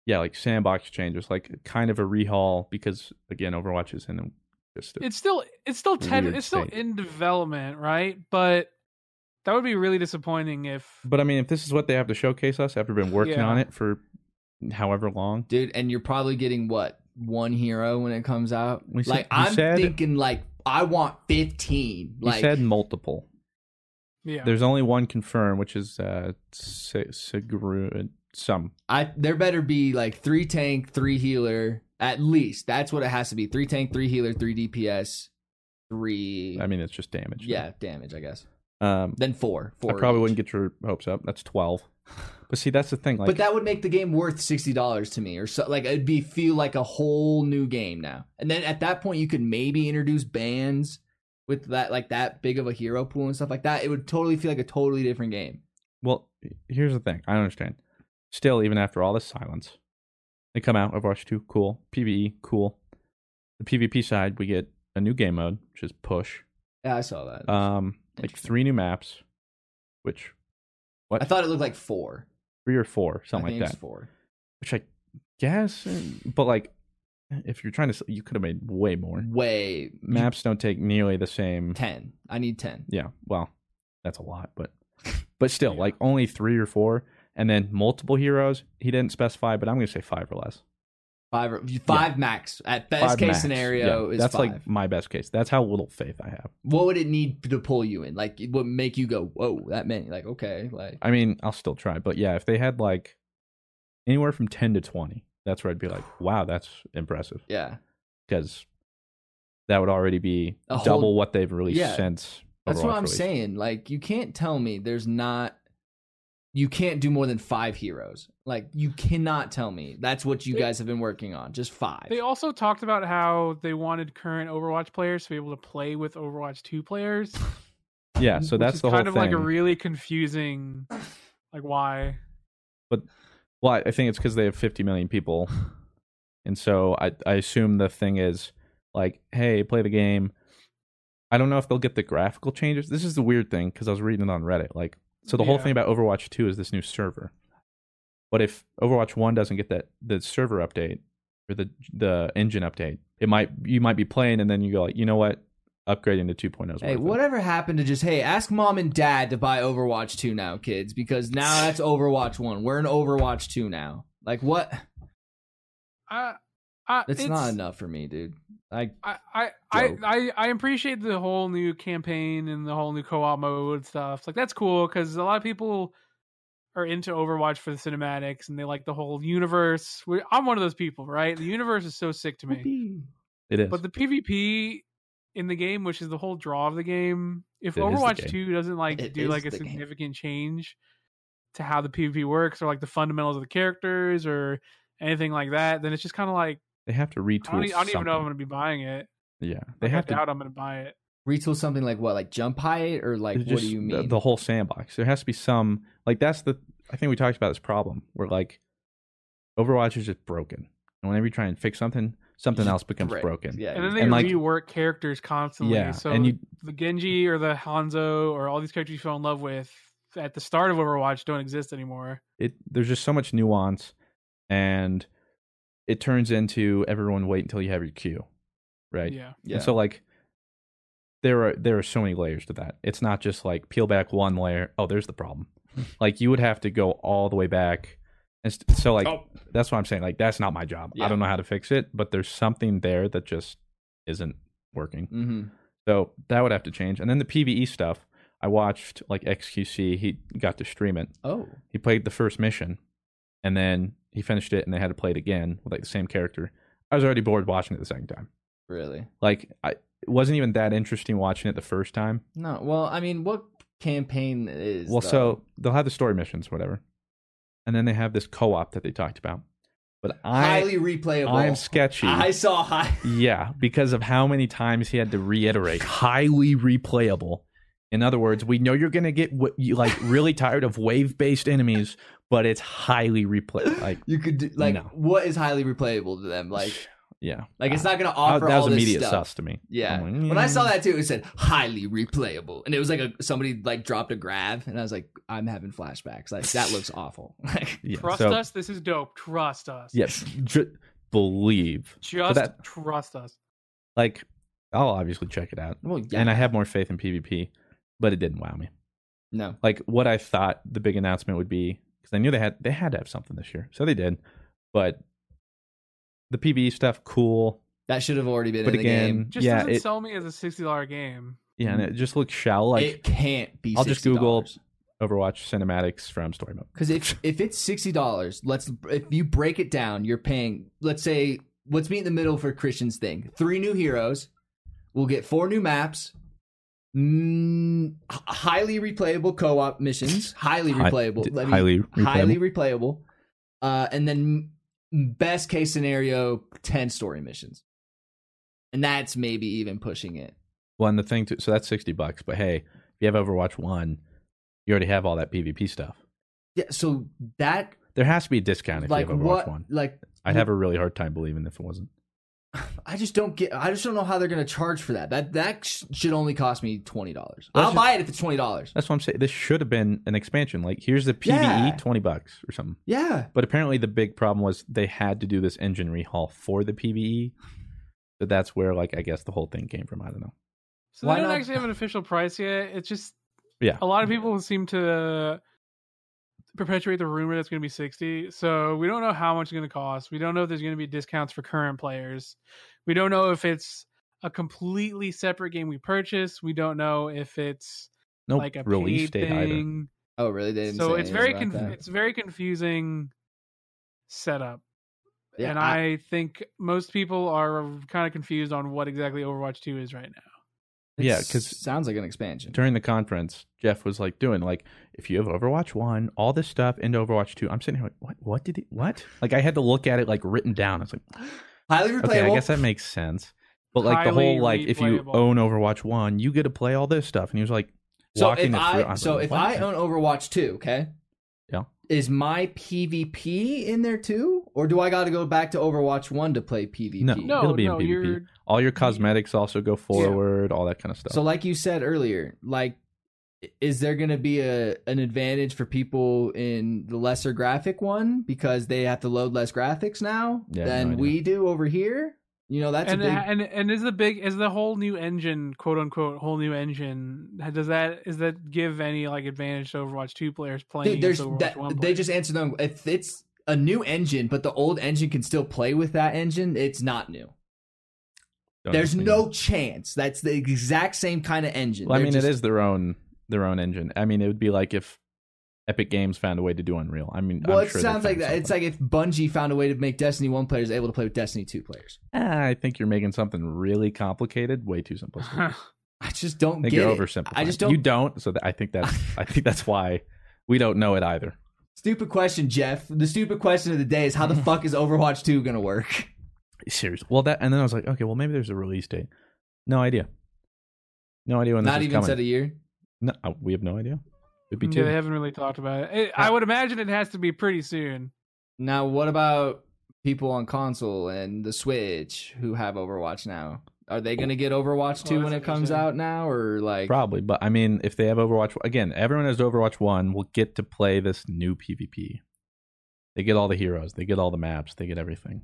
B: yeah, like sandbox changes, like kind of a rehaul because again, Overwatch is in a- just. A,
D: it's still it's still ten,
B: weird
D: it's still
B: state.
D: in development, right? But that would be really disappointing if
B: but I mean, if this is what they have to showcase us after been working
D: Yeah.
B: on it for however long,
C: dude. And you're probably getting what one hero when it comes out.
B: We said-
C: like
B: we
C: I'm
B: said-
C: thinking, like I want fifteen.
B: you
C: Like
B: said multiple.
D: yeah.
B: There's only one confirmed, which is uh, Si- Sigru. uh, Some
C: I there better be like three tank, three healer at least. That's what it has to be: three tank, three healer, three DPS, three.
B: I mean, it's just damage.
C: yeah, damage. I guess
B: Um,
C: then four. Four.
B: I probably
C: each.
B: wouldn't get your hopes up. That's twelve. But see, that's the thing. Like,
C: but that would make the game worth sixty dollars to me, or so. Like it'd be feel like a whole new game now. And then at that point, you could maybe introduce bands with that, like that big of a hero pool and stuff like that. It would totally feel like a totally different game.
B: well, here's the thing. I don't understand. Still, even after all this silence, they come out Overwatch Two, cool. PVE, cool. The PvP side, we get a new game mode, which is push.
C: Yeah, I saw that.
B: Um, like
C: Interesting.
B: three new maps, which
C: I thought it looked like four.
B: three or four,
C: I
B: something
C: think
B: like that.
C: It's four.
B: Which I guess, eh, but like, if you're trying to, s- you could have made way more.
C: Way
B: Maps don't take nearly the same.
C: ten. I need ten.
B: yeah well that's a lot but but still like only three or four and then multiple heroes he didn't specify but i'm gonna say five or less
C: Five, or- five max at best
B: Five
C: case
B: max.
C: scenario
B: Yeah,
C: is
B: that's
C: five.
B: like my best case that's how little faith i have
C: what would it need to pull you in? Like, it would make you go, "Whoa, that many!" Like, okay, like
B: i mean i'll still try but yeah if they had like anywhere from 10 to 20 that's where i'd be like wow that's impressive
C: yeah,
B: because that would already be
C: A whole-
B: double what they've released
C: Yeah.
B: since
C: that's
B: Overwatch
C: what I'm
B: released.
C: saying. Like, you can't tell me there's not, you can't do more than five heroes. Like, you cannot tell me that's what you guys have been working on, just five.
D: they also talked about how they wanted current Overwatch players to be able to play with Overwatch 2 players.
B: yeah so
D: which
B: that's
D: is
B: the whole
D: kind of
B: thing
D: like a really confusing like why.
B: Well, I think it's because they have 50 million people, and so I I assume the thing is like, hey, play the game. I don't know if they'll get the graphical changes. This is the weird thing because I was reading it on Reddit. Like, so the whole
D: Yeah.
B: thing about Overwatch 2 is this new server. But if Overwatch 1 doesn't get that the server update or the the engine update, it might you might be playing and then you go like, you know what, upgrading to 2.0 is
C: Hey,
B: worth it."
C: whatever happened to just hey, ask mom and dad to buy Overwatch 2 now, kids, because now that's Overwatch 1. We're in Overwatch 2 now. Like what?
D: I, I,
C: That's
D: it's-
C: not enough for me, dude. Like
D: I, I, I,
C: Joke.
D: I, I appreciate the whole new campaign and the whole new co-op mode and stuff. Like that's cool because a lot of people are into Overwatch for the cinematics and they like the whole universe. We- I'm one of those people, right? The universe is so sick to me.
B: It is.
D: But the PvP in the game, which is the whole draw of the game, if
B: It is the
D: Overwatch
B: game.
D: 2 doesn't like
C: It
D: do
C: is
D: like a
C: the game.
D: significant change to how the PvP works or like the fundamentals of the characters or anything like that, then it's just kind of like
B: they have to retool.
D: I don't, e- I don't even know if
B: something.
D: I'm going to be buying it.
B: Yeah, they
D: Like,
B: have
D: I
B: to.
D: doubt I'm going to buy it.
C: retool something like what? Like jump height or like
B: It's
C: what
B: just
C: do you
B: the-
C: mean?
B: The, whole sandbox. There has to be some like that's the. I think we talked about this problem where like Overwatch is just broken, and whenever you try and fix something, something else becomes
C: Right.
B: broken.
C: Yeah.
D: And then they
B: And, like-
D: rework characters constantly.
B: Yeah,
D: so
B: and you-
D: the Genji or the Hanzo or all these characters you fell in love with at the start of Overwatch don't exist anymore.
B: It there's just so much nuance, and it turns into everyone wait until you have your queue, right?
D: Yeah.
C: yeah.
B: And so like there are there are so many layers to that. It's not just like peel back one layer. Oh, there's the problem. like you would have to go all the way back. And st- so like
C: Oh.
B: that's what I'm saying. Like that's not my job. I
C: Yeah.
B: don't know how to fix it, but there's something there that just isn't working.
C: mm-hmm.
B: So that would have to change. And then the PVE stuff. I watched like XQC. He got to stream it.
C: Oh.
B: He played the first mission, and then he finished it, and they had to play it again with like the same character. I was already bored watching it the second time
C: Really?
B: like I it wasn't even that interesting watching it the first time.
C: No. Well, I mean, what campaign is
B: well,
C: the-
B: so they'll have the story missions, whatever, and then they have this co-op that they talked about. But I,
C: highly replayable.
B: I am sketchy.
C: I saw high.
B: yeah, because of how many times he had to reiterate, highly replayable. In other words, we know you're gonna get what you like really tired of wave-based enemies, but it's highly replay. Like,
C: You could do, like
B: No.
C: what is highly replayable to them? Like
B: yeah,
C: like it's not going to
B: Uh,
C: offer
B: that was
C: all this
B: immediate
C: stuff.
B: sus to me.
C: Yeah.
B: I'm like,
C: When I saw
B: "Mm."
C: that too, it said highly replayable, and it was like a somebody like dropped a grab, and I was like, I'm having flashbacks. Like that looks awful. Like
B: yeah,
D: Trust
B: so-
D: us. This is dope. Trust us.
B: Yes, ju- believe
D: Just
B: that-
D: trust us.
B: like I'll obviously check it out.
C: well, yeah.
B: And I have more faith in PvP, but it didn't wow me.
C: no.
B: Like what I thought the big announcement would be cuz I knew they had they had to have something this year. So they did. But the PvE stuff cool,
C: That should have already been
B: but
C: in
B: again,
C: the game.
D: Just
B: yeah,
D: doesn't
B: it,
D: sell me as a sixty dollar game.
B: yeah, and it just looks shallow like
C: it can't be.
B: I'll just Google Overwatch cinematics from story mode.
C: because if if it's sixty dollars, let's if you break it down, you're paying. Let's say let's meet in the middle for Christian's thing. Three new heroes, we'll get four new maps, mm, h- highly replayable co-op missions, highly
B: Hi-
C: replayable,
B: d-
C: let me-
B: highly replayable.
C: highly replayable, uh, and then m- best case scenario, ten story missions, and that's maybe even pushing it.
B: Well, and the thing too, so that's 60 bucks, but hey, if you have Overwatch 1, you already have all that PvP stuff.
C: Yeah, so that
B: There has to be a discount if
C: like
B: you have Overwatch
C: what
B: 1.
C: like
B: I'd have a really hard time believing if it wasn't.
C: I just don't get. I just don't know how they're gonna charge for that. That that sh- should only cost me twenty dollars.
B: That's
C: I'll buy it if it's twenty dollars.
B: That's what I'm saying. This should have been an expansion. Like, here's the PVE,
C: Yeah.
B: twenty bucks or something.
C: Yeah,
B: But apparently, the big problem was they had to do this engine rehaul for the PVE. So that's where, like, I guess the whole thing came from. I don't know.
D: So
C: Why
D: they don't
C: not-
D: actually have an official price yet. It's just
B: Yeah.
D: a lot of people seem to uh, perpetuate the rumor that's going to be 60 so we don't know how much it's going to cost we don't know if there's going to be discounts for current players we don't know if it's a completely separate game we purchase we don't know if it's
B: No
D: like a
B: release
D: paid
B: date either.
D: thing
C: Oh, really? They didn't
D: so
C: say
D: it's
C: anything
D: very
C: about
D: conf-
C: that.
D: it's very confusing setup
C: Yeah,
D: and I, think most people are kind of confused on what exactly overwatch 2 is right now
C: it
B: Yeah, 'cause-
C: sounds like an expansion.
B: During the conference, Jeff was like doing like, if you have Overwatch one, all this stuff into Overwatch two. I'm sitting here like, what? What did he? What? Like, I had to look at it like written down. I was like,
C: Highly replayable.
B: okay, I guess that makes sense. But like the
D: Highly
B: whole like, if you
D: replayable.
B: own Overwatch one, you get to play all this stuff. And he was like,
C: so
B: walking
C: if
B: it through.
C: I
B: I'm
C: so
B: like,
C: if
B: what?
C: I own Overwatch two, okay,
B: Yeah.
C: is my PvP in there too, or do I got to go back to Overwatch one to play PvP?
B: No.
D: no
B: It'll be in
D: no
B: PvP.
D: you're
B: All your cosmetics also go forward, all that kind of stuff.
C: So, like you said earlier, like, is there going to be a an advantage for people in the lesser graphic one because they have to load less graphics now
B: Yeah, I have
C: than
B: no idea.
C: we do over here? You know, that's
D: and,
C: a big.
D: and and is the big is the whole new engine quote unquote whole new engine does that is that give any like advantage to Overwatch two players playing
C: Dude, there's
D: against Overwatch
C: that,
D: one
C: they
D: players?
C: just answer them. If it's a new engine, but the old engine can still play with that engine, it's not new.
B: Don't
C: There's
B: understand.
C: no chance. That's the exact same kind of engine.
B: Well, I
C: They're
B: mean,
C: just-
B: it is their own their own engine. I mean, it would be like if Epic Games found a way to do Unreal. I mean,
C: Well,
B: I'm
C: it
B: sure they
C: sounds like
B: found
C: that. It's
B: something.
C: like if Bungie found a way to make Destiny One players able to play with Destiny Two players.
B: Ah, I think you're making something really complicated, way too simplistic.
C: I just don't
B: I think
C: get
B: you're
C: it.
B: oversimplifying.
C: I just don't.
B: You don't. So that, I think that's I think that's why we don't know it either.
C: Stupid question, Jeff. The stupid question of the day is how the fuck is Overwatch Two gonna work?
B: Seriously. Well, that and then I was like, okay, well maybe there's a release date. No idea. No idea when
C: Not
B: this is
C: even
B: coming.
C: said a year.
B: No, uh, we have no idea. Could be
D: Yeah,
B: two.
D: Mm, they haven't really talked about it. It- I would imagine it has to be pretty soon.
C: Now, what about people on console and the Switch who have Overwatch now? Are they gonna get Overwatch
D: Oh,
C: Two when
D: that's
C: it comes
D: interesting.
C: out now, or like?
B: Probably, but I mean, if they have Overwatch again, everyone has Overwatch One. Will get to play this new PvP. They get all the heroes. They get all the maps. They get everything.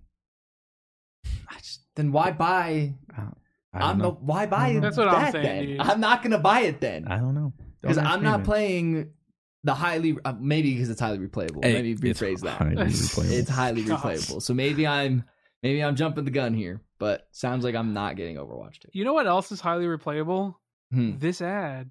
C: I just- then why buy?
B: I don't
C: I'm the,
B: know.
C: why buy
D: That's what I'm
C: that
D: saying,
C: then?
D: dude.
C: I'm not gonna buy it then.
B: I don't know. Don't
C: because
B: ask
C: I'm
B: me,
C: not
B: man.
C: playing the highly uh, maybe because it's highly replayable.
B: Hey,
C: maybe
B: it's
C: rephrase that.
B: highly replayable.
C: It's highly
D: Oh, God.
C: replayable, so maybe I'm maybe I'm jumping the gun here. But sounds like I'm not getting Overwatch 2.
D: You know what else is highly replayable?
C: Hmm.
D: This ad.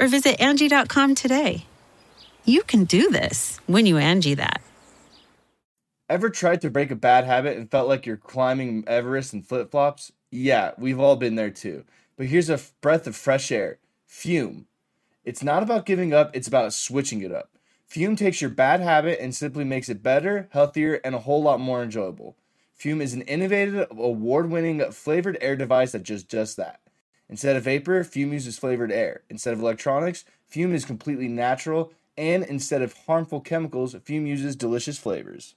A: or visit Angie.com today. You can do this when you Angie that.
F: Ever tried to break a bad habit and felt like you're climbing Everest in flip flops? Yeah, we've all been there too. But here's a f- breath of fresh air Fume. It's not about giving up, it's about switching it up. Fume takes your bad habit and simply makes it better, healthier, and a whole lot more enjoyable. Fume is an innovative, award winning flavored air device that does just that. Instead of vapor, Fume uses flavored air. Instead of electronics, Fume is completely natural. And instead of harmful chemicals, Fume uses delicious flavors.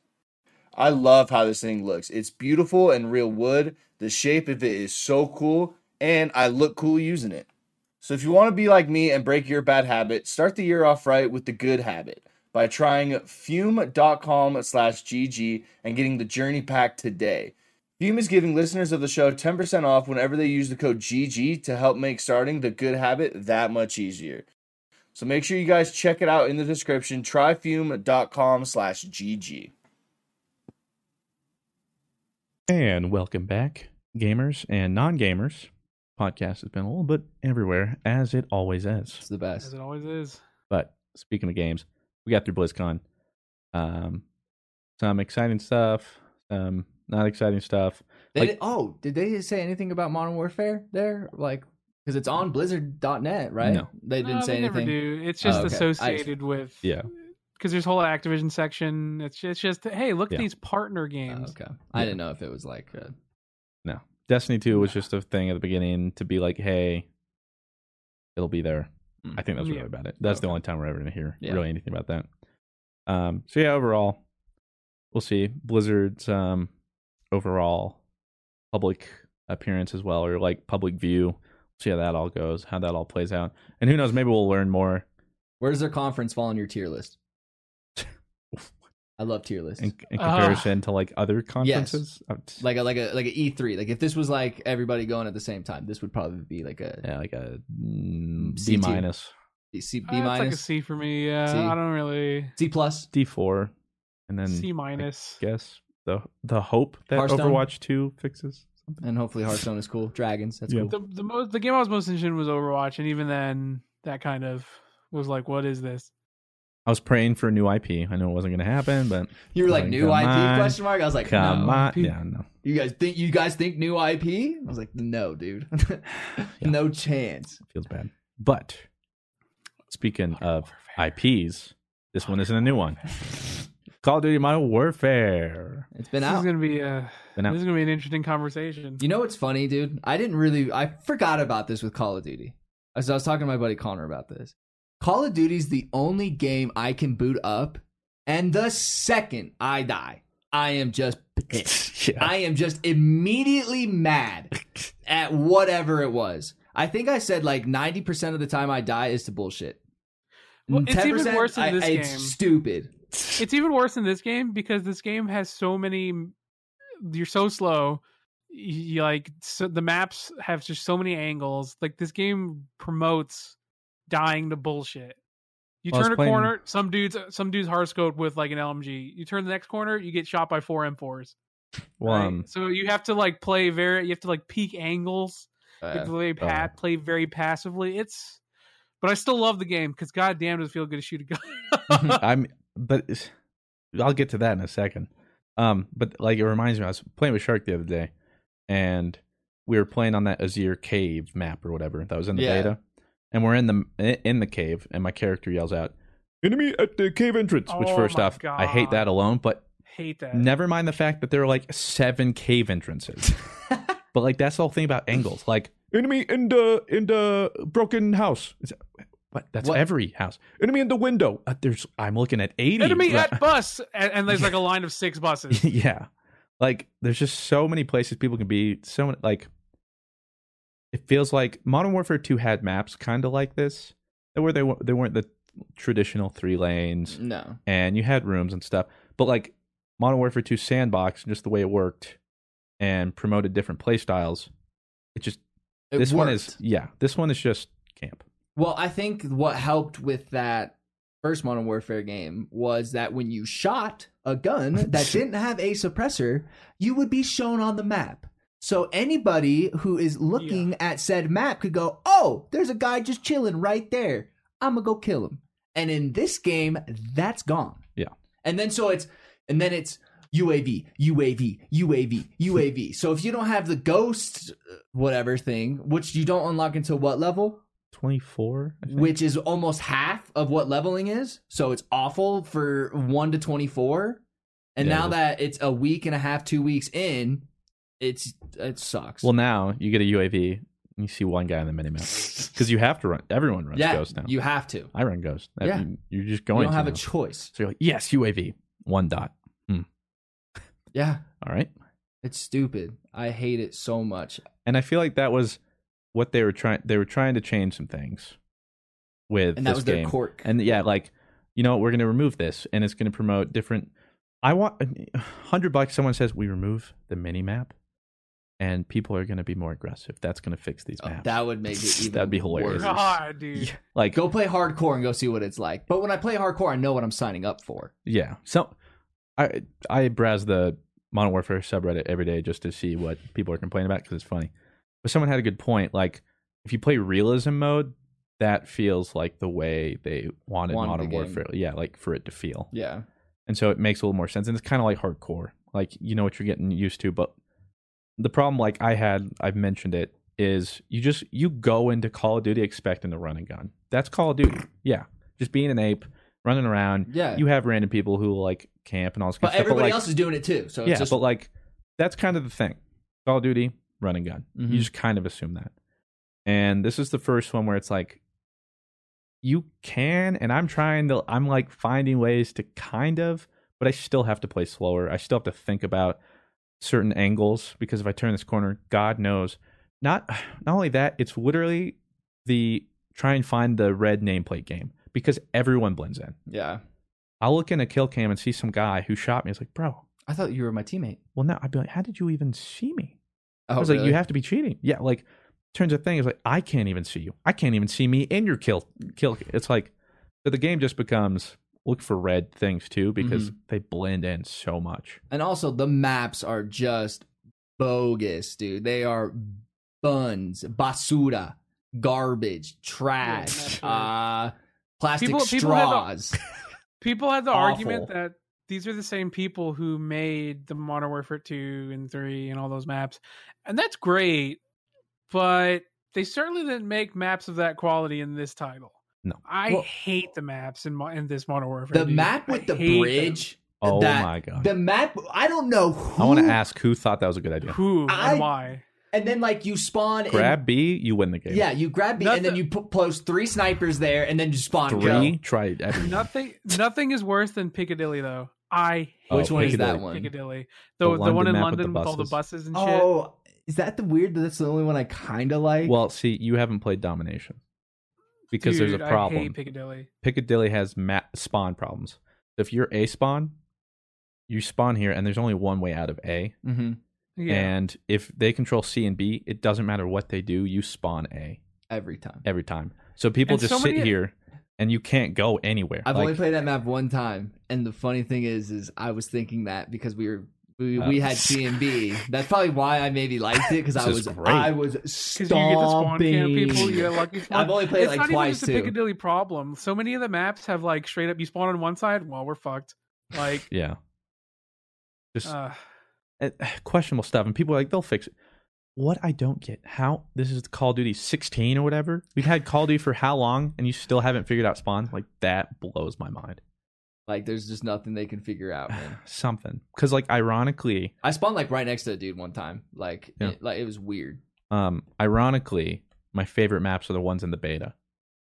F: I love how this thing looks. It's beautiful and real wood. The shape of it is so cool, and I look cool using it. So if you want to be like me and break your bad habit, start the year off right with the good habit by trying fume.com slash GG and getting the journey pack today. Fume is giving listeners of the show 10% off whenever they use the code GG to help make starting the good habit that much easier. So make sure you guys check it out in the description. Try fume.com slash GG.
B: and welcome back, gamers and non-gamers. Podcast has been a little bit everywhere, as it always is.
C: It's the
D: As
C: best.
D: it always is.
B: But speaking of games, we got through BlizzCon. Um, some exciting stuff, some not exciting stuff.
C: They
B: Like-
C: did- oh, did they say anything about Modern Warfare there? Like, because it's on Blizzard.net, right?
B: No.
C: they didn't
D: No,
C: say
D: they
C: anything.
D: Never do. It's just
C: Oh, okay. I-
D: associated with
B: Yeah.
D: because there's a whole Activision section. It's just, it's just hey, look
B: Yeah.
D: at these partner
C: Oh,
D: games.
C: okay, I didn't know if it was like. uh
B: No. Destiny 2 was just a thing at the beginning to be like, hey, it'll be there.
C: hmm.
B: I think that's really
D: Yeah.
B: about it. That's the
C: Okay.
B: only time we're ever going to hear
C: Yeah.
B: really anything about that. Um, so, yeah, overall, we'll see. Blizzard's um, overall public appearance as well, or like public view. See how that all goes, how that all plays out. And who knows, maybe we'll learn more
C: where does their conference fall on your tier list? I love tier lists.
B: in, in
D: Ah.
B: comparison to like other conferences. Oh, t-
C: like a like a like an E three. Like if this was like everybody going at the same time, this would probably be like a
B: yeah, like a mm,
C: C
B: D
C: tier.
B: minus,
C: C, B
D: Uh, it's like a
C: minus,
D: C for me. Yeah,
C: C.
D: I don't really
C: C plus.
B: D four, and then
D: C
B: I
D: minus.
B: guess the the hope that
C: Hearthstone?
B: Overwatch two fixes.
C: And hopefully Hearthstone is cool. Dragons, that's
B: Yeah.
C: cool.
D: The the most the game I was most interested in was Overwatch, and even then, that kind of was like, what is this?
B: I was praying for a new IP. I know it wasn't going to happen, but
C: You were
B: I was
C: like, new
B: "Come
C: IP
B: on,
C: question mark? I was like,
B: Come
C: no.
B: on, yeah, no.
C: You guys think you guys think new IP? I was like, no, dude, no chance.
B: feels bad. But speaking of IPs, this one isn't a new one. Call of Duty Modern Warfare.
C: It's been
D: This
C: out.
D: is gonna be uh,
B: Been out.
D: this is gonna be an interesting conversation.
C: You know what's funny, dude? I didn't really. I forgot about this with Call of Duty. As I was talking to my buddy Connor about this, Call of Duty's the only game I can boot up, and the second I die, I am just pissed.
B: Yeah.
C: I am just immediately mad at whatever it was. I think I said like ninety percent of the time I die is to bullshit.
D: Well, it's even
C: 10%
D: worse in
C: I-
D: this
C: it's
D: game.
C: stupid.
D: It's even worse in this game because this game has so many. You're so slow. You, you, like so the maps have just so many angles. Like this game promotes dying to bullshit. You
B: I was
D: turn a
B: playing-
D: corner, some dudes, some dudes hardscope with like an LMG. You turn the next corner, you get shot by four M4s.
B: Well,
D: right?
B: um,
D: so you have to like play very, you have to like peak angles. You
C: Uh,
D: have to play, pa- play very passively. It's, but I still love the game because goddamn does it feel good to shoot a gun.
B: I'm, but it's- I'll get to that in a second. Um, but like it reminds me, I was playing with Shark the other day, and we were playing on that Azir cave map or whatever that was in the
C: Yeah.
B: beta, and we're in the in the cave, and my character yells out, "Enemy at the cave entrance!" Which
D: Oh
B: first
D: my
B: off, I hate that
D: God.
B: alone, but
D: Hate that.
B: Never mind the fact that there are like seven cave entrances. but like that's the whole thing about angles. Like enemy in the in the broken house. It's, what? That's
C: What?
B: every house. Enemy in the window. Uh, there's. I'm looking at eighty.
D: enemy
B: right-
D: at bus and, and there's like a line of six buses
B: yeah. Like there's just so many places people can be. So many, like it feels like Modern Warfare Two had maps kind of like this, where they wa- they weren't the traditional three lanes
C: No,
B: and you had rooms and stuff. But like Modern Warfare 2 sandbox and just the way it worked and promoted different play styles, it just
C: It
B: this one is
C: worked.
B: yeah, this one is just camp.
C: Well, I think what helped with that first Modern Warfare game was that when you shot a gun that didn't have a suppressor, you would be shown on the map. So anybody who is looking at said map could go, "Oh, there's a guy just chilling right there. I'm gonna go kill him." And in this game, that's gone.
B: Yeah.
C: And then so it's and then it's UAV, UAV, UAV, UAV. so if you don't have the ghost uh, whatever thing, which you don't unlock until what level?
B: 24, I think.
C: which is almost half of what leveling is. So it's awful for 1 to 24. And
B: Yeah,
C: now
B: it is.
C: that it's a week and a half, 2 weeks in, it's it sucks.
B: well now you get a UAV and you see one guy on the minimap because you have to run. Everyone runs
C: yeah,
B: Ghost now.
C: you have to.
B: I run Ghost. That-
C: Yeah.
B: you- you're just
C: You
B: going.
C: don't
B: to
C: have a
B: now.
C: choice.
B: so you're like yes UAV one dot.
C: Yeah,
B: All right.
C: it's stupid. I hate it so much.
B: And I feel like that was what they were trying. They were trying to change some things with
C: And that
B: this
C: was
B: game.
C: their cork.
B: and yeah, like you know, we're gonna remove this, and it's gonna promote different. I want hundred bucks. Someone says we remove the mini map, and people are gonna be more aggressive. That's gonna fix these
C: Oh,
B: maps.
C: that would make it even
B: That'd be hilarious.
C: worse.
D: god dude
B: Yeah, like
C: Go play hardcore and go see what it's like. But when I play hardcore, I know what I'm signing up for.
B: yeah. So I I browse the Modern Warfare subreddit every day just to see what people are complaining about because it's funny. But someone had a good point. Like if you play realism mode, that feels like the way they wanted,
C: Wanted the
B: Modern
C: game.
B: Warfare. Yeah, like for it to feel.
C: Yeah.
B: and so it makes a little more sense and it's kind of like hardcore like you know what you're getting used to but the problem like i had i've mentioned it is you just you go into call of duty expecting to run and gun that's call of duty yeah just being an ape running around
C: Yeah.
B: you have random people who like camp and all this kind
C: but
B: of stuff
C: everybody
B: like,
C: else is doing it too. So it's
B: yeah
C: just
B: but like that's kind of the thing call of duty run and gun
C: Mhm.
B: you just kind of assume that and this is the first one where it's like you can and i'm trying to i'm like finding ways to kind of but i still have to play slower i still have to think about certain angles because if i turn this corner god knows not not only that it's literally the try and find the red nameplate game because everyone blends in
C: yeah.
B: i'll look in a kill cam and see some guy who shot me it's like bro
C: I thought you were my teammate.
B: well no i'd be like how did you even see me
C: Oh,
B: I was like,
C: really?
B: you have to be cheating. Yeah, like turns a thing is like I can't even see you. I can't even see me in your kill kill. It's like so the game just becomes look for red things too because
C: Mm-hmm.
B: they blend in so much.
C: And also, the maps are just bogus, dude. They are buns, basura, garbage, trash,
D: Yeah,
C: uh, plastic
D: People- people have a-
C: straws.
D: People had the
B: Awful.
D: argument that these are the same people who made the Modern Warfare 2 and 3 and all those maps. And that's great, but they certainly didn't make maps of that quality in this title.
B: No.
D: I
C: Well-
D: hate the maps in, mo- in this Modern Warfare.
C: The
D: dude.
C: map
D: I
C: with the
D: hate them.
C: bridge.
B: Oh
C: that-
B: my god.
C: The map. I don't know. Who,
B: I want to ask who thought that was a good idea.
D: Who
C: I-
D: and why?
C: And then like you spawn.
B: Grab B, you win the game.
C: And, yeah, you grab B, and then
D: Nothing-
C: you put, post three snipers there, and then you spawn.
B: Three,
C: Go.
B: try every.
D: Nothing nothing is worse than Piccadilly though. I
B: Oh,
C: Which one is
B: Piccadilly.
C: that one?
D: Piccadilly.
B: The
D: The the, one
B: London
D: in
B: map with the
D: London with, all the buses and shit.
C: Oh, is that the weird? that That's the only one I kind of like.
B: Well, see, you haven't played Domination because there's
D: Dude,
B: a
D: I hate
B: problem.
D: Piccadilly.
B: Piccadilly has map spawn problems. If you're A spawn, you spawn here, and there's only one way out of A.
C: hmm
D: Yeah.
B: And if they control C and B, it doesn't matter what they do, you spawn A
C: every time.
B: every time. So people
D: And
B: just
D: so many-
B: sit here, and you can't go anywhere.
C: I've
B: Like,
C: only played that map one time, and the funny thing is, is I was thinking that because we were we, we
B: Oh.
C: had C and B. That's probably why I maybe liked it because I
B: This
C: was
B: is great.
C: I was
D: Because you get the spawn cam
C: stomping.
D: people, you get lucky spawn.
C: I've only played
D: it's
C: it
D: not
C: like
D: even
C: twice
D: just a
C: too.
D: Piccadilly problem. So many of the maps have like straight up you spawn on one side, well we're fucked. Like
B: yeah, just
D: uh,
B: uh, questionable stuff, and people are like, they'll fix it. What I don't get, how this is Call of Duty 16 or whatever? We've had Call of Duty for how long, and you still haven't figured out spawn? Like that blows my mind.
C: Like there's just nothing they can figure out. Man.
B: Something, because like ironically,
C: I spawned like right next to a dude one time. Like
B: Yeah.
C: it, like it was weird.
B: um, ironically, my favorite maps are the ones in the beta.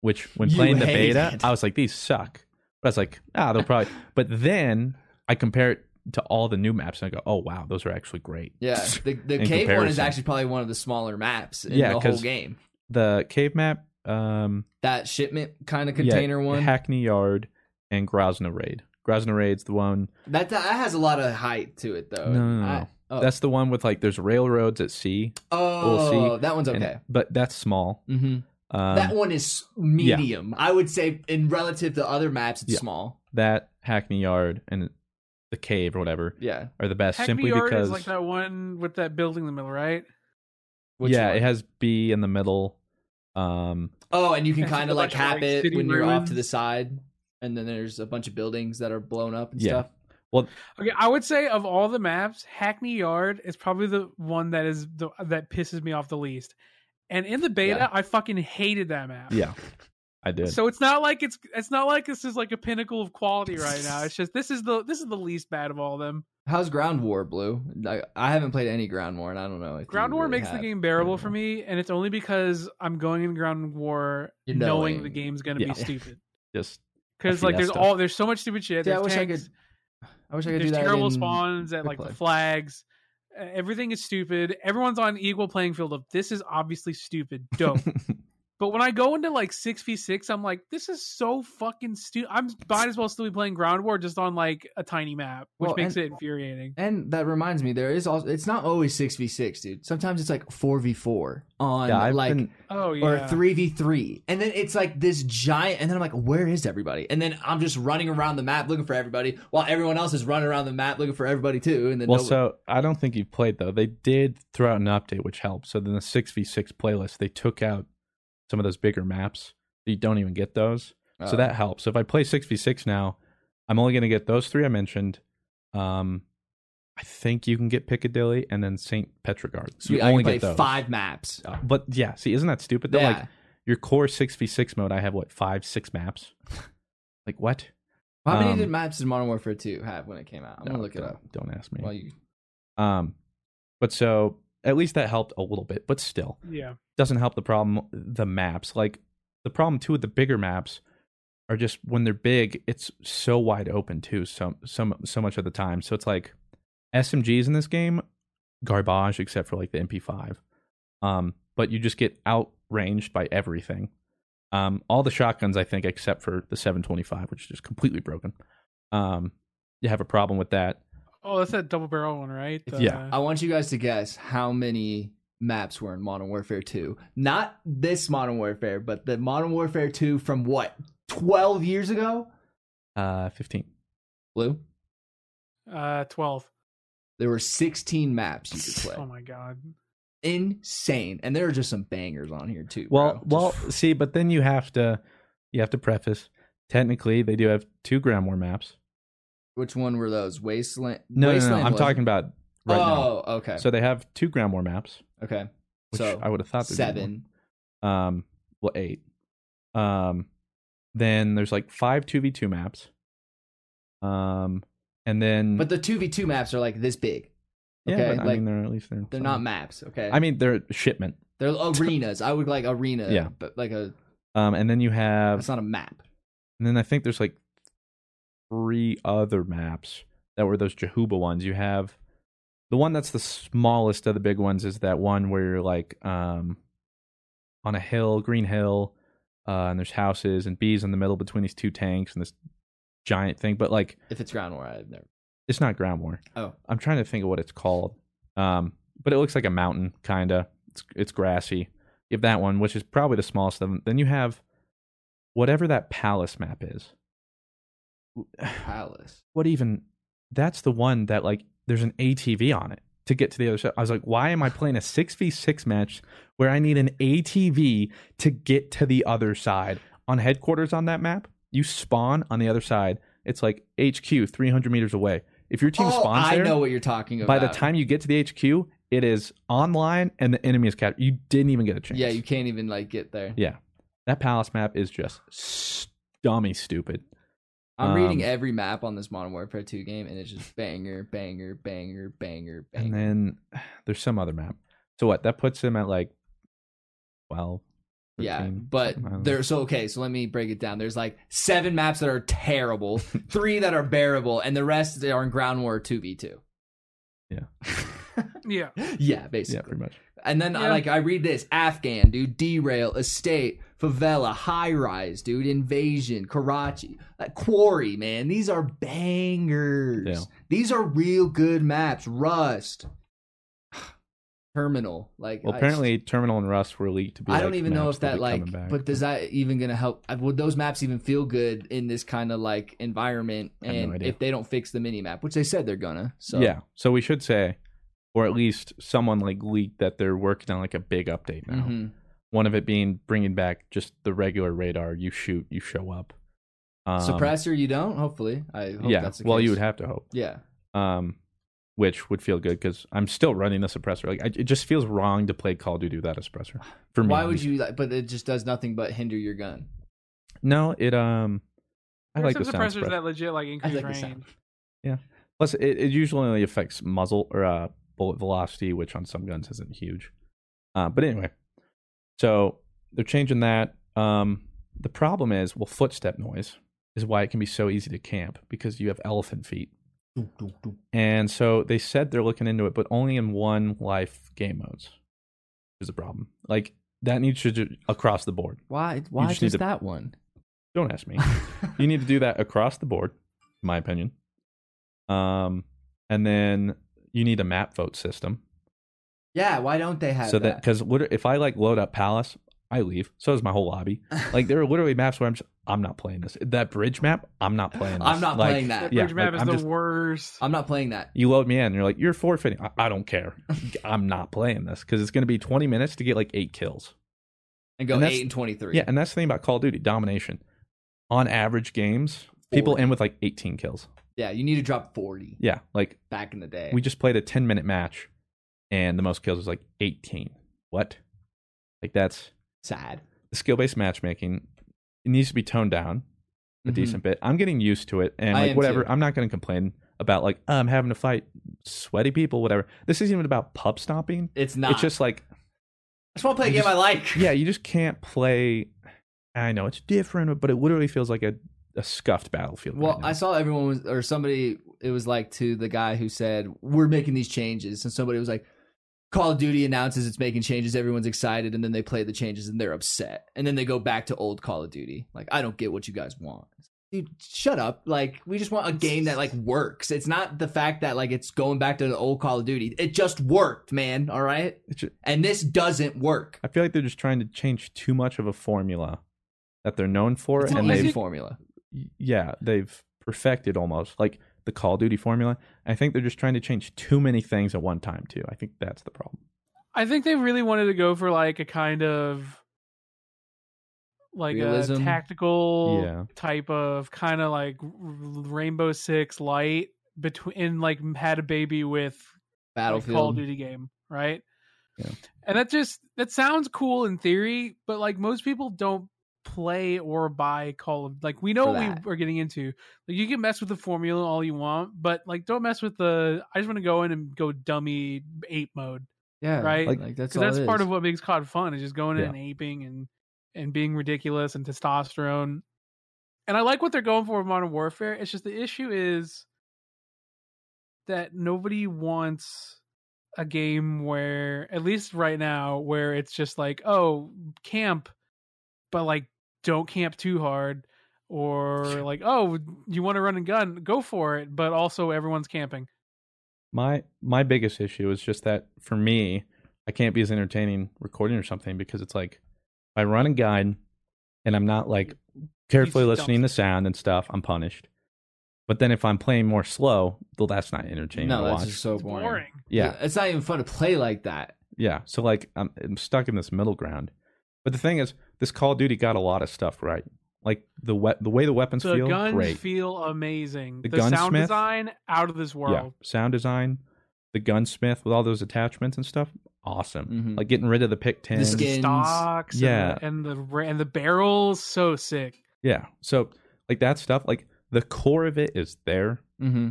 B: Which, when
C: You
B: playing the
C: hate
B: beta,
C: it.
B: I was like, these suck. But I was like, ah, they'll probably. but then I compare it to all the new maps, and I go, oh wow, those are actually great.
C: Yeah, the the
B: In
C: cave one is
B: comparison.
C: actually probably one of the smaller maps in
B: Yeah,
C: the whole
B: 'cause-
C: game.
B: The cave map, um,
C: That shipment kind of
B: yeah,
C: container one.
B: Hackney Yard, and Grozna Raid. Grozna Raid's the one.
C: That that has a lot of height to it
B: No,
C: though.
B: no, no,
C: I-
B: no.
C: oh.
B: That's the one with like there's railroads at sea.
C: oh,
B: we'll see.
C: that one's
B: and-
C: okay.
B: but that's small.
D: Mm-hmm.
C: hmm
B: Um,
C: that one is medium. I would say in relative to other maps, it's
B: Yeah.
C: small.
B: that Hackney Yard and the cave or whatever
C: Yeah.
B: are the best,
D: Hackney
B: simply
D: Yard
B: because
D: is like that one with that building in the middle, right?
C: Which
B: yeah,
C: one?
B: it has B in the middle. Um,
C: Oh, and you can
D: It's
C: kind
D: a
C: of like
D: bunch of, like,
C: cap it
D: city
C: when you're off to the
D: ruins.
C: side, and then there's a bunch of buildings that are blown up and
B: Yeah.
C: stuff.
D: Okay, I would say of all the maps, Hackney Yard is probably the one that is the that pisses me off the least. And in the beta,
C: Yeah.
D: I fucking hated that map.
B: yeah, I did.
D: So it's not like it's it's not like this is like a pinnacle of quality right now. It's just this is the this is the least bad of all of them.
C: How's Ground War Blue? I, I haven't played any Ground War, and I don't know. If you
D: Ground War
C: really
D: makes the
C: have.
D: game bearable
C: Ground
D: for
C: War.
D: me, and it's only because I'm going in Ground War
C: You're
D: knowing,
C: knowing.
D: the game's gonna
B: Yeah.
D: be stupid.
B: Just
D: Because
B: I
D: like there's
B: finessed
D: all there's so much stupid shit.
C: Yeah, I
D: there's
C: wish I
D: tanks,
C: could. I wish I could
D: there's
C: do that.
D: terrible
C: in
D: spawns at
C: quick
D: like
C: play.
D: the flags. Uh, Everything is stupid. Everyone's on equal playing field of this is obviously stupid. Dope. but when I go into like six v six, I'm like, this is so fucking stupid. I'm might as well still be playing ground war just on like a tiny map, which
C: Well,
D: makes
C: and-
D: it infuriating.
C: And that reminds me, there is also it's not always six v six, dude. Sometimes it's like four v four on
B: yeah, I've
C: like
B: been
D: Oh yeah.
C: or three v three, and then it's like this giant. And then I'm like, where is everybody? And then I'm just running around the map looking for everybody, while everyone else is running around the map looking for everybody too. And then
B: well.
C: no-
B: So I don't think you've played though. They did throw out an update, which helped. So then the six v six playlist, they took out some of those bigger maps. You don't even get those, so
C: Uh,
B: that helps. So if I play six v six now, I'm only going to get those three I mentioned. Um, I think you can get Piccadilly and then Saint Petrogard.
C: sweet,
B: you
C: I
B: only
C: can play
B: get those
C: five maps. Oh,
B: But yeah, see, isn't that stupid? Though, like
C: Yeah.
B: your core six v six mode, I have what five, six maps. like what?
C: How many
B: um,
C: did maps did Modern Warfare Two have when it came out? I'm gonna
B: No,
C: look it
B: don't-
C: up.
B: Don't ask me.
C: While you,
B: Um, but so at least that helped a little bit, but still
D: yeah.
B: doesn't help the problem. The maps, like the problem too with the bigger maps, are just when they're big, it's so wide open too. Some some so much of the time, so it's like SMGs in this game garbage except for like the MP5. Um, but you just get outranged by everything. Um, all the shotguns I think except for the 725, which is just completely broken. Um, you have a problem with that.
D: Oh, that's that double barrel one, right? The-
B: Yeah.
C: I want you guys to guess how many maps were in Modern Warfare Two. Not this Modern Warfare, but the Modern Warfare Two from what twelve years ago.
B: Uh, 15.
C: Blue.
D: Uh, twelve.
C: There were 16 maps you could play.
D: Oh my god.
C: Insane. And there are just some bangers on here too.
B: Well,
C: bro.
B: well, see, but then you have to you have to preface Technically, they do have two Grandmore maps.
C: Which one were those? Wasteland.
B: No, no, no,
C: Wasteland
B: I'm
C: wasn't-
B: talking about right now.
C: oh, okay.
B: So they have two Grandmore maps,
C: okay.
B: which
C: so
B: I would have thought there'd be more.
C: seven.
B: Um, well, eight. Um, then there's like five two v two maps. Um, and then
C: But the two v two maps are like this big.
B: yeah,
C: okay,
B: but I
C: like-
B: mean they're at least they're
C: They're
B: some-
C: not maps. Okay.
B: I mean they're shipment.
C: they're arenas. I would like arena.
B: Yeah.
C: But like a
B: Um, and then you have
C: that's not a map.
B: And then I think there's like three other maps that were those Jehuba ones. You have the one that's the smallest of the big ones is that one where you're like um on a hill, green hill, uh, and there's houses and bees in the middle between these two tanks and this giant thing. But like
C: If it's ground war, I've never.
B: it's not ground war.
C: Oh,
B: I'm trying to think of what it's called. Um, but it looks like a mountain, kinda. It's it's grassy. You have that one, which is probably the smallest of them. Then you have whatever that palace map is.
C: palace.
B: What even? That's the one that like there's an ATV on it to get to the other side. I was like, why am I playing a six v six match where I need an ATV to get to the other side? On headquarters on that map, you spawn on the other side. It's like HQ 300 meters away. If your team
C: Oh,
B: spawns
C: I
B: there,
C: know what you're talking about.
B: by the time you get to the HQ, it is online and the enemy is captured. You didn't even get a chance.
C: yeah, you can't even like get there.
B: yeah. That palace map is just s- dummy stupid.
C: I'm reading
B: Um,
C: every map on this Modern Warfare 2 game, and it's just banger, banger, banger, banger, banger.
B: And then there's some other map. So what? That puts him at like 12.
C: yeah,
B: 13,
C: but
B: something around
C: there's so okay. So let me break it down. There's like seven maps that are terrible, three that are bearable, and the rest they are in Ground War 2v2.
B: Yeah.
D: Yeah.
C: yeah,
B: Yeah,
C: basically.
B: pretty much.
C: And then I
D: Yeah.
C: like I read this Afghan dude, derail, estate, favela, high rise dude, invasion, Karachi, uh, quarry man. These are bangers.
B: Yeah.
C: These are real good maps. Rust, terminal. Like
B: Well,
C: I-
B: apparently Terminal and Rust were leaked to be
C: I
B: like,
C: don't even know
B: maps
C: if that
B: will be
C: like,
B: coming back.
C: but does that even gonna help? uh, Would those maps even feel good in this kind of like environment?
B: I have no
C: And
B: idea.
C: if they don't fix the mini map, which they said they're gonna, so
B: Yeah. So we should say or at least someone like leaked that they're working on like a big update now.
C: Mhm.
B: One of it being bringing back just the regular radar. You shoot, you show up. Um,
C: suppressor you don't. Hopefully, I hope
B: yeah.
C: That's the
B: well,
C: case.
B: you would have to hope.
C: yeah.
B: Um, which would feel good because I'm still running the suppressor. Like I, it just feels wrong to play Call of Duty without a suppressor. For me,
C: Why
B: at
C: would
B: least.
C: you? Like, but it just does nothing but hinder your gun.
B: No, it um, I
D: There's
B: like
D: some
B: the sound
D: suppressors
B: suppressor.
D: that legit like increase
C: like the
D: range.
C: sound.
B: Plus, it, it usually only affects muzzle or uh, bullet velocity, which on some guns isn't huge. Uh, but anyway, so they're changing that. Um, the problem is, well, footstep noise is why it can be so easy to camp because you have elephant feet. And so they said they're looking into it, but only in one life game modes is the problem. Like that needs to ju- across the board.
C: Why? Why
B: just
C: just,
B: need to-
C: that one?
B: Don't ask me. you need to do that across the board, in my opinion. Um, and then you need a map vote system.
C: yeah. Why don't they have
B: so that
C: that?
B: because if I like load up Palace, I leave. So does my whole lobby. Like there are literally maps where I'm just, I'm not playing this. That bridge map, I'm not playing. This.
C: I'm not
B: Like,
C: playing that.
D: That
B: Yeah,
D: bridge map
B: like,
D: is
B: I'm
D: the
B: just-
D: worst.
C: I'm not playing that.
B: You load me in, and you're like, you're forfeiting. I, I don't care. I'm not playing this because it's going to be 20 minutes to get like eight kills.
C: And go
B: And that's-
C: eight and twenty three.
B: Yeah, and that's the thing about Call of Duty domination. On average games, people
C: Forty.
B: end with like 18 kills.
C: yeah. You need to drop forty
B: Yeah, like
C: back in the day.
B: we just played a 10 minute match and the most kills was like 18 what like that's
C: sad.
B: the skill-based matchmaking it needs to be toned down a
C: Mhm.
B: decent bit i'm getting used to it and
C: I
B: like
C: am
B: whatever
C: too.
B: i'm not going to complain about like "Oh, i'm having to fight sweaty people whatever this isn't even about pub stomping
C: Mm-hmm. It's not.
B: it's just like
C: I just want to play a
B: you
C: game
B: just-
C: I like.
B: yeah you just can't play i know it's different but it literally feels like a, a scuffed battlefield
C: Well,
B: right now.
C: I saw everyone was, or somebody, it was like to the guy who said, We're making these changes. And somebody was like, Call of Duty announces it's making changes. Everyone's excited. And then they play the changes and they're upset. And then they go back to old Call of Duty. Like, I don't get what you guys want. Dude, shut up. Like, we just want a game that, like, works. It's not the fact that, like, it's going back to the old Call of Duty. It just worked, man. All right.
B: It's ju-
C: And this doesn't work.
B: I feel like they're just trying to change too much of a formula that they're known for,
C: It's
B: and
C: an
D: they-
C: easy
B: they've
C: formula.
B: yeah they've perfected almost like the Call of Duty formula. I think they're just trying to change too many things at one time too. I think that's the problem.
D: I think they really wanted to go for like a kind of like a
C: Realism.
D: tactical
B: Yeah.
D: type of kind of like r- Rainbow Six light between and like had a baby with like, Call of
C: Battlefield.
D: Duty game, right?
B: Yeah.
D: And that just that sounds cool in theory, but like most people don't play or buy Call of like we know
C: For
D: what
C: that.
D: we are getting into. Like you can mess with the formula all you want, but like don't mess with the I just want to go in and go dummy ape mode.
C: Yeah,
D: Right?
C: Like, that's
D: Because
C: all
D: that's
C: it
D: part
C: is.
D: of what makes COD fun is just going in
B: Yeah.
D: and aping and and being ridiculous and testosterone. And I like what they're going for with Modern Warfare. It's just the issue is that nobody wants a game where, at least right now, where it's just like, oh, camp, but like don't camp too hard, or like, oh, you want to run and gun, go for it, but also everyone's camping.
B: My my biggest issue is just that for me, I can't be as entertaining recording or something because it's like if I run a guide and I'm not like carefully
D: stumped.
B: listening to sound and stuff, I'm punished. But then if I'm playing more slow, well, that's not entertaining
C: No,
B: to
C: that's
B: watch.
C: just so
D: It's
C: boring.
D: boring.
B: yeah,
C: it's not even fun to play like that.
B: yeah. So like I'm, I'm stuck in this middle ground. But the thing is, this Call of Duty got a lot of stuff right. Like the we- the way the weapons
D: The
B: feel
D: guns
B: great.
D: feel amazing.
B: The
D: The, sound
B: gunsmith?
D: design out of this
B: yeah,
D: world.
B: sound design, the gunsmith with all those attachments and stuff, awesome.
C: Mhm.
B: Like getting rid of the pick
C: The
B: ten.
D: The
C: skins.
D: Stocks,
B: Yeah.
D: and the, and the ra- and the barrels, so sick.
B: Yeah. So like that stuff, like the core of it is there,
C: Mm-hmm.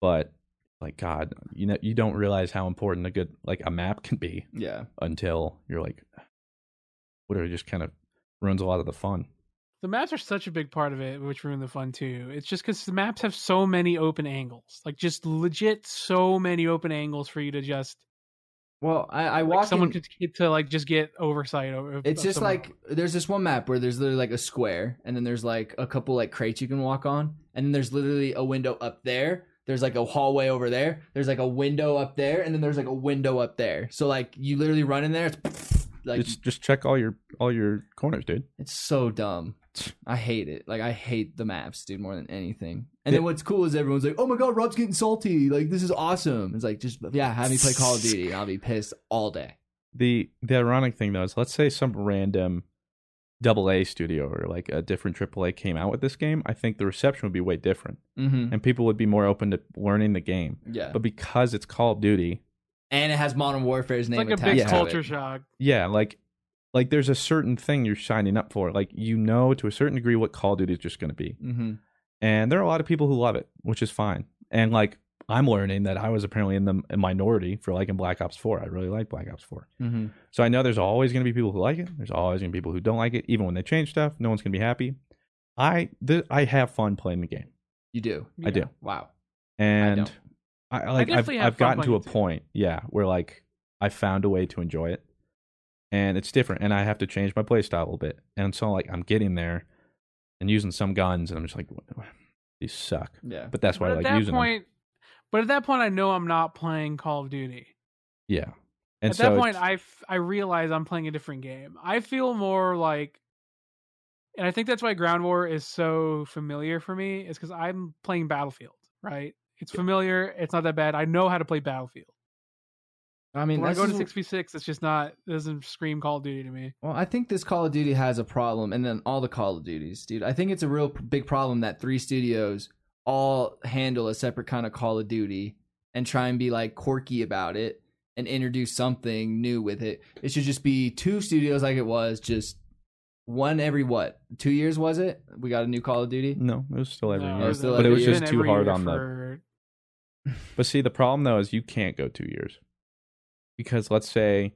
B: but like God, you know, you don't realize how important a good like a map can be
C: Yeah,
B: until you're like, whatever, just kind of ruins a lot of the fun.
D: The maps are such a big part of it, which ruin the fun too. It's just because the maps have so many open angles, like just legit so many open angles for you to just
C: Well, I, I
D: like
C: walk.
D: someone
C: in-
D: could get to like just get oversight over.
C: it's
D: of
C: just
D: someone
C: like
D: else.
C: there's this one map where there's literally like a square, and then there's like a couple like crates you can walk on, and then there's literally a window up there. There's like a hallway over there. There's like a window up there, and then there's like a window up there. So like you literally run in there. It's like
B: just
C: it's,
B: just check all your all your corners, dude.
C: so dumb. I hate it. Like I hate the maps, dude, more than anything. And then what's cool is everyone's like, "Oh my god, Rob's getting salty. Like this is awesome." It's like just yeah, have me play Call of Duty, and I'll be pissed all day.
B: The the ironic thing though is let's say some random double A studio or like a different triple A came out with this game, I think the reception would be way different.
C: Mm-hmm.
B: And people would be more open to learning the game.
C: Yeah,
B: But because it's Call of Duty,
C: and it has Modern Warfare's
D: It's
C: name
D: like a
C: attached
D: big
B: Yeah.
C: to
D: culture
C: it.
D: shock.
B: yeah like like there's a certain thing you're signing up for like you know to a certain degree what call of duty is just going to be
C: Mm-hmm.
B: and there are a lot of people who love it which is fine and like i'm learning that i was apparently in the a minority for liking black ops 4 i really like black ops 4
C: Mm-hmm.
B: so i know there's always going to be people who like it there's always going to be people who don't like it even when they change stuff no one's going to be happy i th- i have fun playing the game
C: You do.
B: i
D: Yeah.
B: do
C: Wow.
B: and
C: don't.
B: i, like I have
D: definitely have
B: I've
D: fun
B: gotten to a
D: playing it too.
B: point yeah where like i found a way to enjoy it and it's different and i have to change my play style a little bit and so like i'm getting there and using some guns and i'm just like these suck
C: Yeah.
B: but that's why
D: But
B: i
D: at
B: like
D: that
B: using them
D: point, but at that point, I know I'm not playing Call of Duty.
B: yeah and
D: At
B: so
D: that point,
B: it's-
D: I f- I realize I'm playing a different game. I feel more like, and I think that's why Ground War is so familiar for me is because I'm playing Battlefield. Right? It's familiar. It's not that bad. I know how to play Battlefield.
C: I mean,
D: when I
C: that's
D: go to six v six, it's just not it doesn't scream Call of Duty to me.
C: well, I think this Call of Duty has a problem, and then all the Call of Duties, dude. I think it's a real p- big problem that three studios all handle a separate kind of Call of Duty and try and be like quirky about it and introduce something new with it. It should just be two studios like it was, just one every what two years was it? We got a new Call of Duty.
B: no it was still every
D: No,
B: year
C: it's still
D: the-
B: but it
C: every
B: was
C: year.
D: been
B: just too
D: every
B: hard
D: year
B: on the
D: for-
B: but see the problem though is you can't go two years because let's say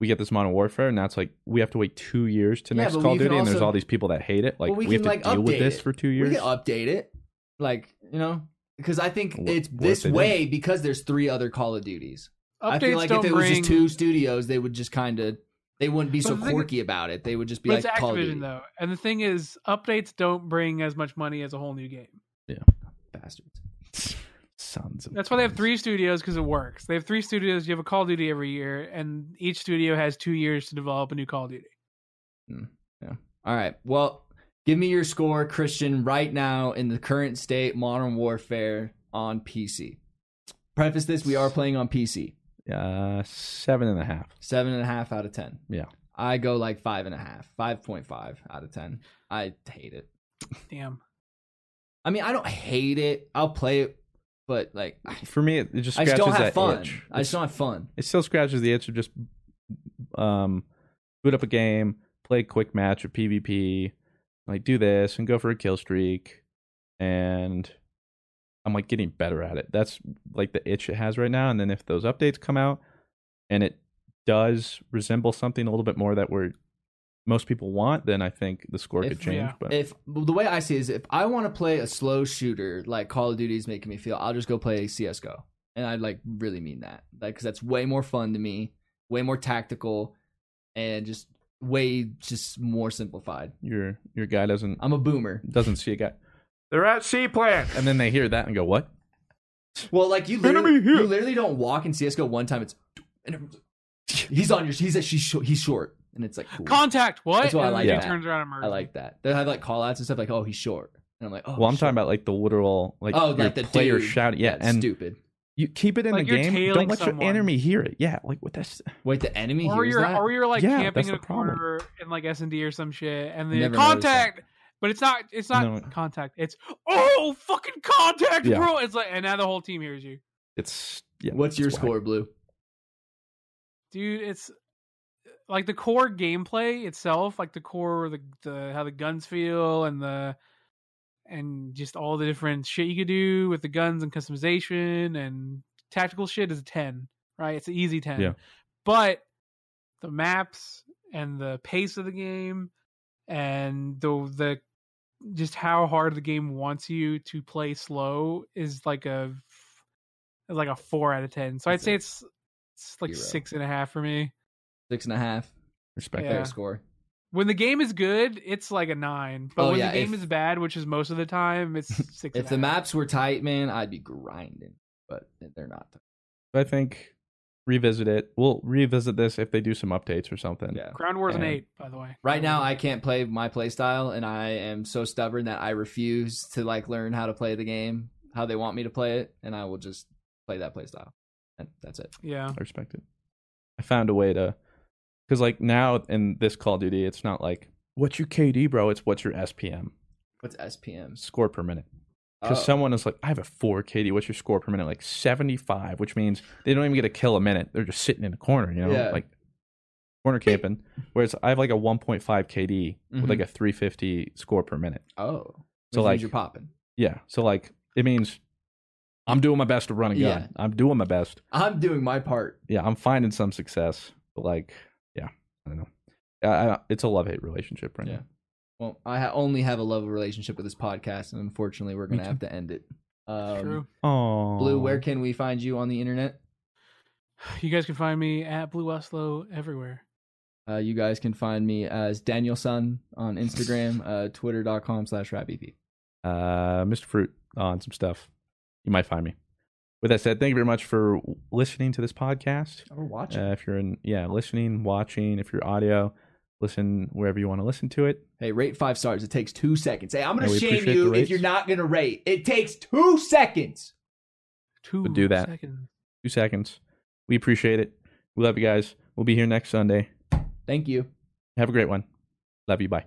B: we get this modern warfare and that's like we have to wait two years to
C: Yeah,
B: next
C: but
B: call
C: we
B: of
C: can
B: duty and there's
C: also-
B: all these people that hate it like
C: Well, we
B: we,
C: can,
B: have to
C: like,
B: deal with
C: update
B: this
C: it.
B: for two
C: We
B: years
C: can update it, like you know, because I think
B: What-
C: it's
B: what
C: this
B: they do?
C: way because there's three other Call of Duties. I feel
D: Updates
C: like if
D: don't
C: it was
D: bring,
C: just two studios, they would just kind of they wouldn't be
D: But
C: so
D: the thing-
C: quirky about it. They would just be like
D: but it's
C: Call of Duty
D: Activision though, and the thing is, updates don't bring as much money as a whole new game.
C: bastards.
B: sons of
D: That's why they have
B: guns.
D: three studios because it works. They have three studios. You have a Call of Duty every year, and each studio has two years to develop a new Call of Duty.
C: All right, well, give me your score, Christian, right now in the current state, Modern Warfare on PC. Preface this: we are playing on PC.
B: Uh, seven and a half.
C: Seven and a half out of ten.
B: Yeah.
C: I go like five and a half, 5.5 out of 10. I hate it.
D: Damn.
C: I mean, I don't hate it. I'll play it, but like, I
B: For me, it, it just
C: I
B: scratches
C: just don't
B: that
C: have fun.
B: itch.
C: I just don't have fun.
B: It still scratches the itch of just um, boot up a game, play a quick match or PvP, like do this and go for a kill streak, and I'm like getting better at it. That's like the itch it has right now. And then if those updates come out and it does resemble something a little bit more that we're most people want, then I think the score
C: If-
B: could change.
D: yeah.
B: But
C: If the way I see it is, if I want to play a slow shooter like Call of Duty is making me feel, I'll just go play CS:GO, and I like really mean that, like because that's way more fun to me, way more tactical, and just way just more simplified.
B: your your guy doesn't
C: I'm a boomer.
B: doesn't see a guy. They're at C plant, and then they hear that and go, "What?"
C: Well, like you
B: Enemy
C: literally,
B: here.
C: you literally don't walk in CS:GO one time. It's and everyone's like, he's on your he's a, she's short, he's short, and it's like cool.
D: Contact. What?
C: That's what I
D: And
C: like
D: then
C: that.
D: He turns around and murders.
C: I like that. They have like call outs and stuff like oh he's short, and I'm like oh.
B: well, I'm
C: he's
B: talking
C: short.
B: about like the literal, like
C: oh
B: your
C: like the
B: player
C: dude.
B: shout, yeah,
C: That's
B: and
C: stupid.
B: you keep it in
D: Like
B: the
D: you're
B: game. Don't
D: tailing
B: let
D: someone.
B: your enemy hear it. Yeah, like what that's
C: Wait, the enemy
D: Or
C: hears
D: you're
C: that.
D: or you're like
B: Yeah, that's
D: camping in
B: the
D: a
B: problem.
D: corner in like S and D or some shit, and then
C: Never noticed that.
D: contact. But it's not. It's not
B: No.
D: contact. It's oh fucking contact,
B: Yeah.
D: bro. It's like, and now the whole team hears you,
B: it's. Yeah,
C: What's
B: it's
C: your
B: whack.
C: score, Blue?
D: dude. It's uh, like the core gameplay itself, like the core, the, the how the guns feel, and the and just all the different shit you could do with the guns and customization and tactical shit is a ten, right? It's an easy ten.
B: Yeah.
D: But the maps and the pace of the game and the the just how hard the game wants you to play slow is like a is like a four out of ten. So I'd
C: It's
D: say
C: a
D: it's it's like
C: zero.
D: six and a half for me.
C: Six and a half.
B: Respect
D: Yeah.
C: Fair score.
D: When the game is good, it's like a nine. But
C: Oh,
D: when
C: yeah,
D: the game
C: if-
D: is bad, which is most of the time, it's six.
C: If the maps were tight, man, I'd be grinding, but they're not.
B: I think revisit it. We'll revisit this if they do some updates or something.
C: Yeah.
D: Ground War's an
B: Yeah.
D: eight, by the way.
C: Right now, I can't play my playstyle, and I am so stubborn that I refuse to like learn how to play the game how they want me to play it, and I will just play that playstyle, and that's it.
D: yeah,
B: I respect it. I found a way to, because like now in this Call of Duty, it's not like what's your KD, bro. It's what's your SPM,
C: What's SPM?
B: score per minute. Because
C: Oh.
B: someone is like, I have a four KD. What's your score per minute? Like seventy five, which means they don't even get a kill a minute. They're just sitting in a corner, you know,
C: Yeah.
B: like corner camping. Whereas I have like a one point five KD with
C: Mm-hmm.
B: like a three fifty score per minute.
C: oh,
B: So,
C: so
B: like-
C: like you're popping.
B: Yeah. So like it means I'm doing my best to run a gun.
C: Yeah.
B: I'm doing my best.
C: I'm doing my part.
B: Yeah, I'm finding some success. But like, yeah, I don't know. I, I, it's a love hate relationship right
C: Yeah.
B: now.
C: Well, I ha- only have a love relationship with this podcast, and unfortunately, we're gonna
B: too.
C: have to end it. Um,
D: true.
B: Oh,
C: Blue, where can we find you on the internet?
D: You guys can find me at Blue Westlow everywhere.
C: Uh, you guys can find me as Daniel Sun on Instagram, uh, twitter.com slash rapbp.
B: uh, Mr. Fruit on some stuff. You might find me. With that said, thank you very much for listening to this podcast.
C: Or watch
B: Uh, if you're in, yeah, listening, watching, if you're audio, listen wherever you want to listen to it.
C: Hey, rate five stars. It takes two seconds. Hey, I'm
B: And
C: going to
B: we
C: shame
B: appreciate the
C: you
B: rates.
C: if you're not going to rate. It takes two seconds.
D: Two
B: Would do that.
D: seconds.
B: Two seconds. We appreciate it. We love you guys. We'll be here next Sunday.
C: Thank you.
B: Have a great one. Love you. Bye.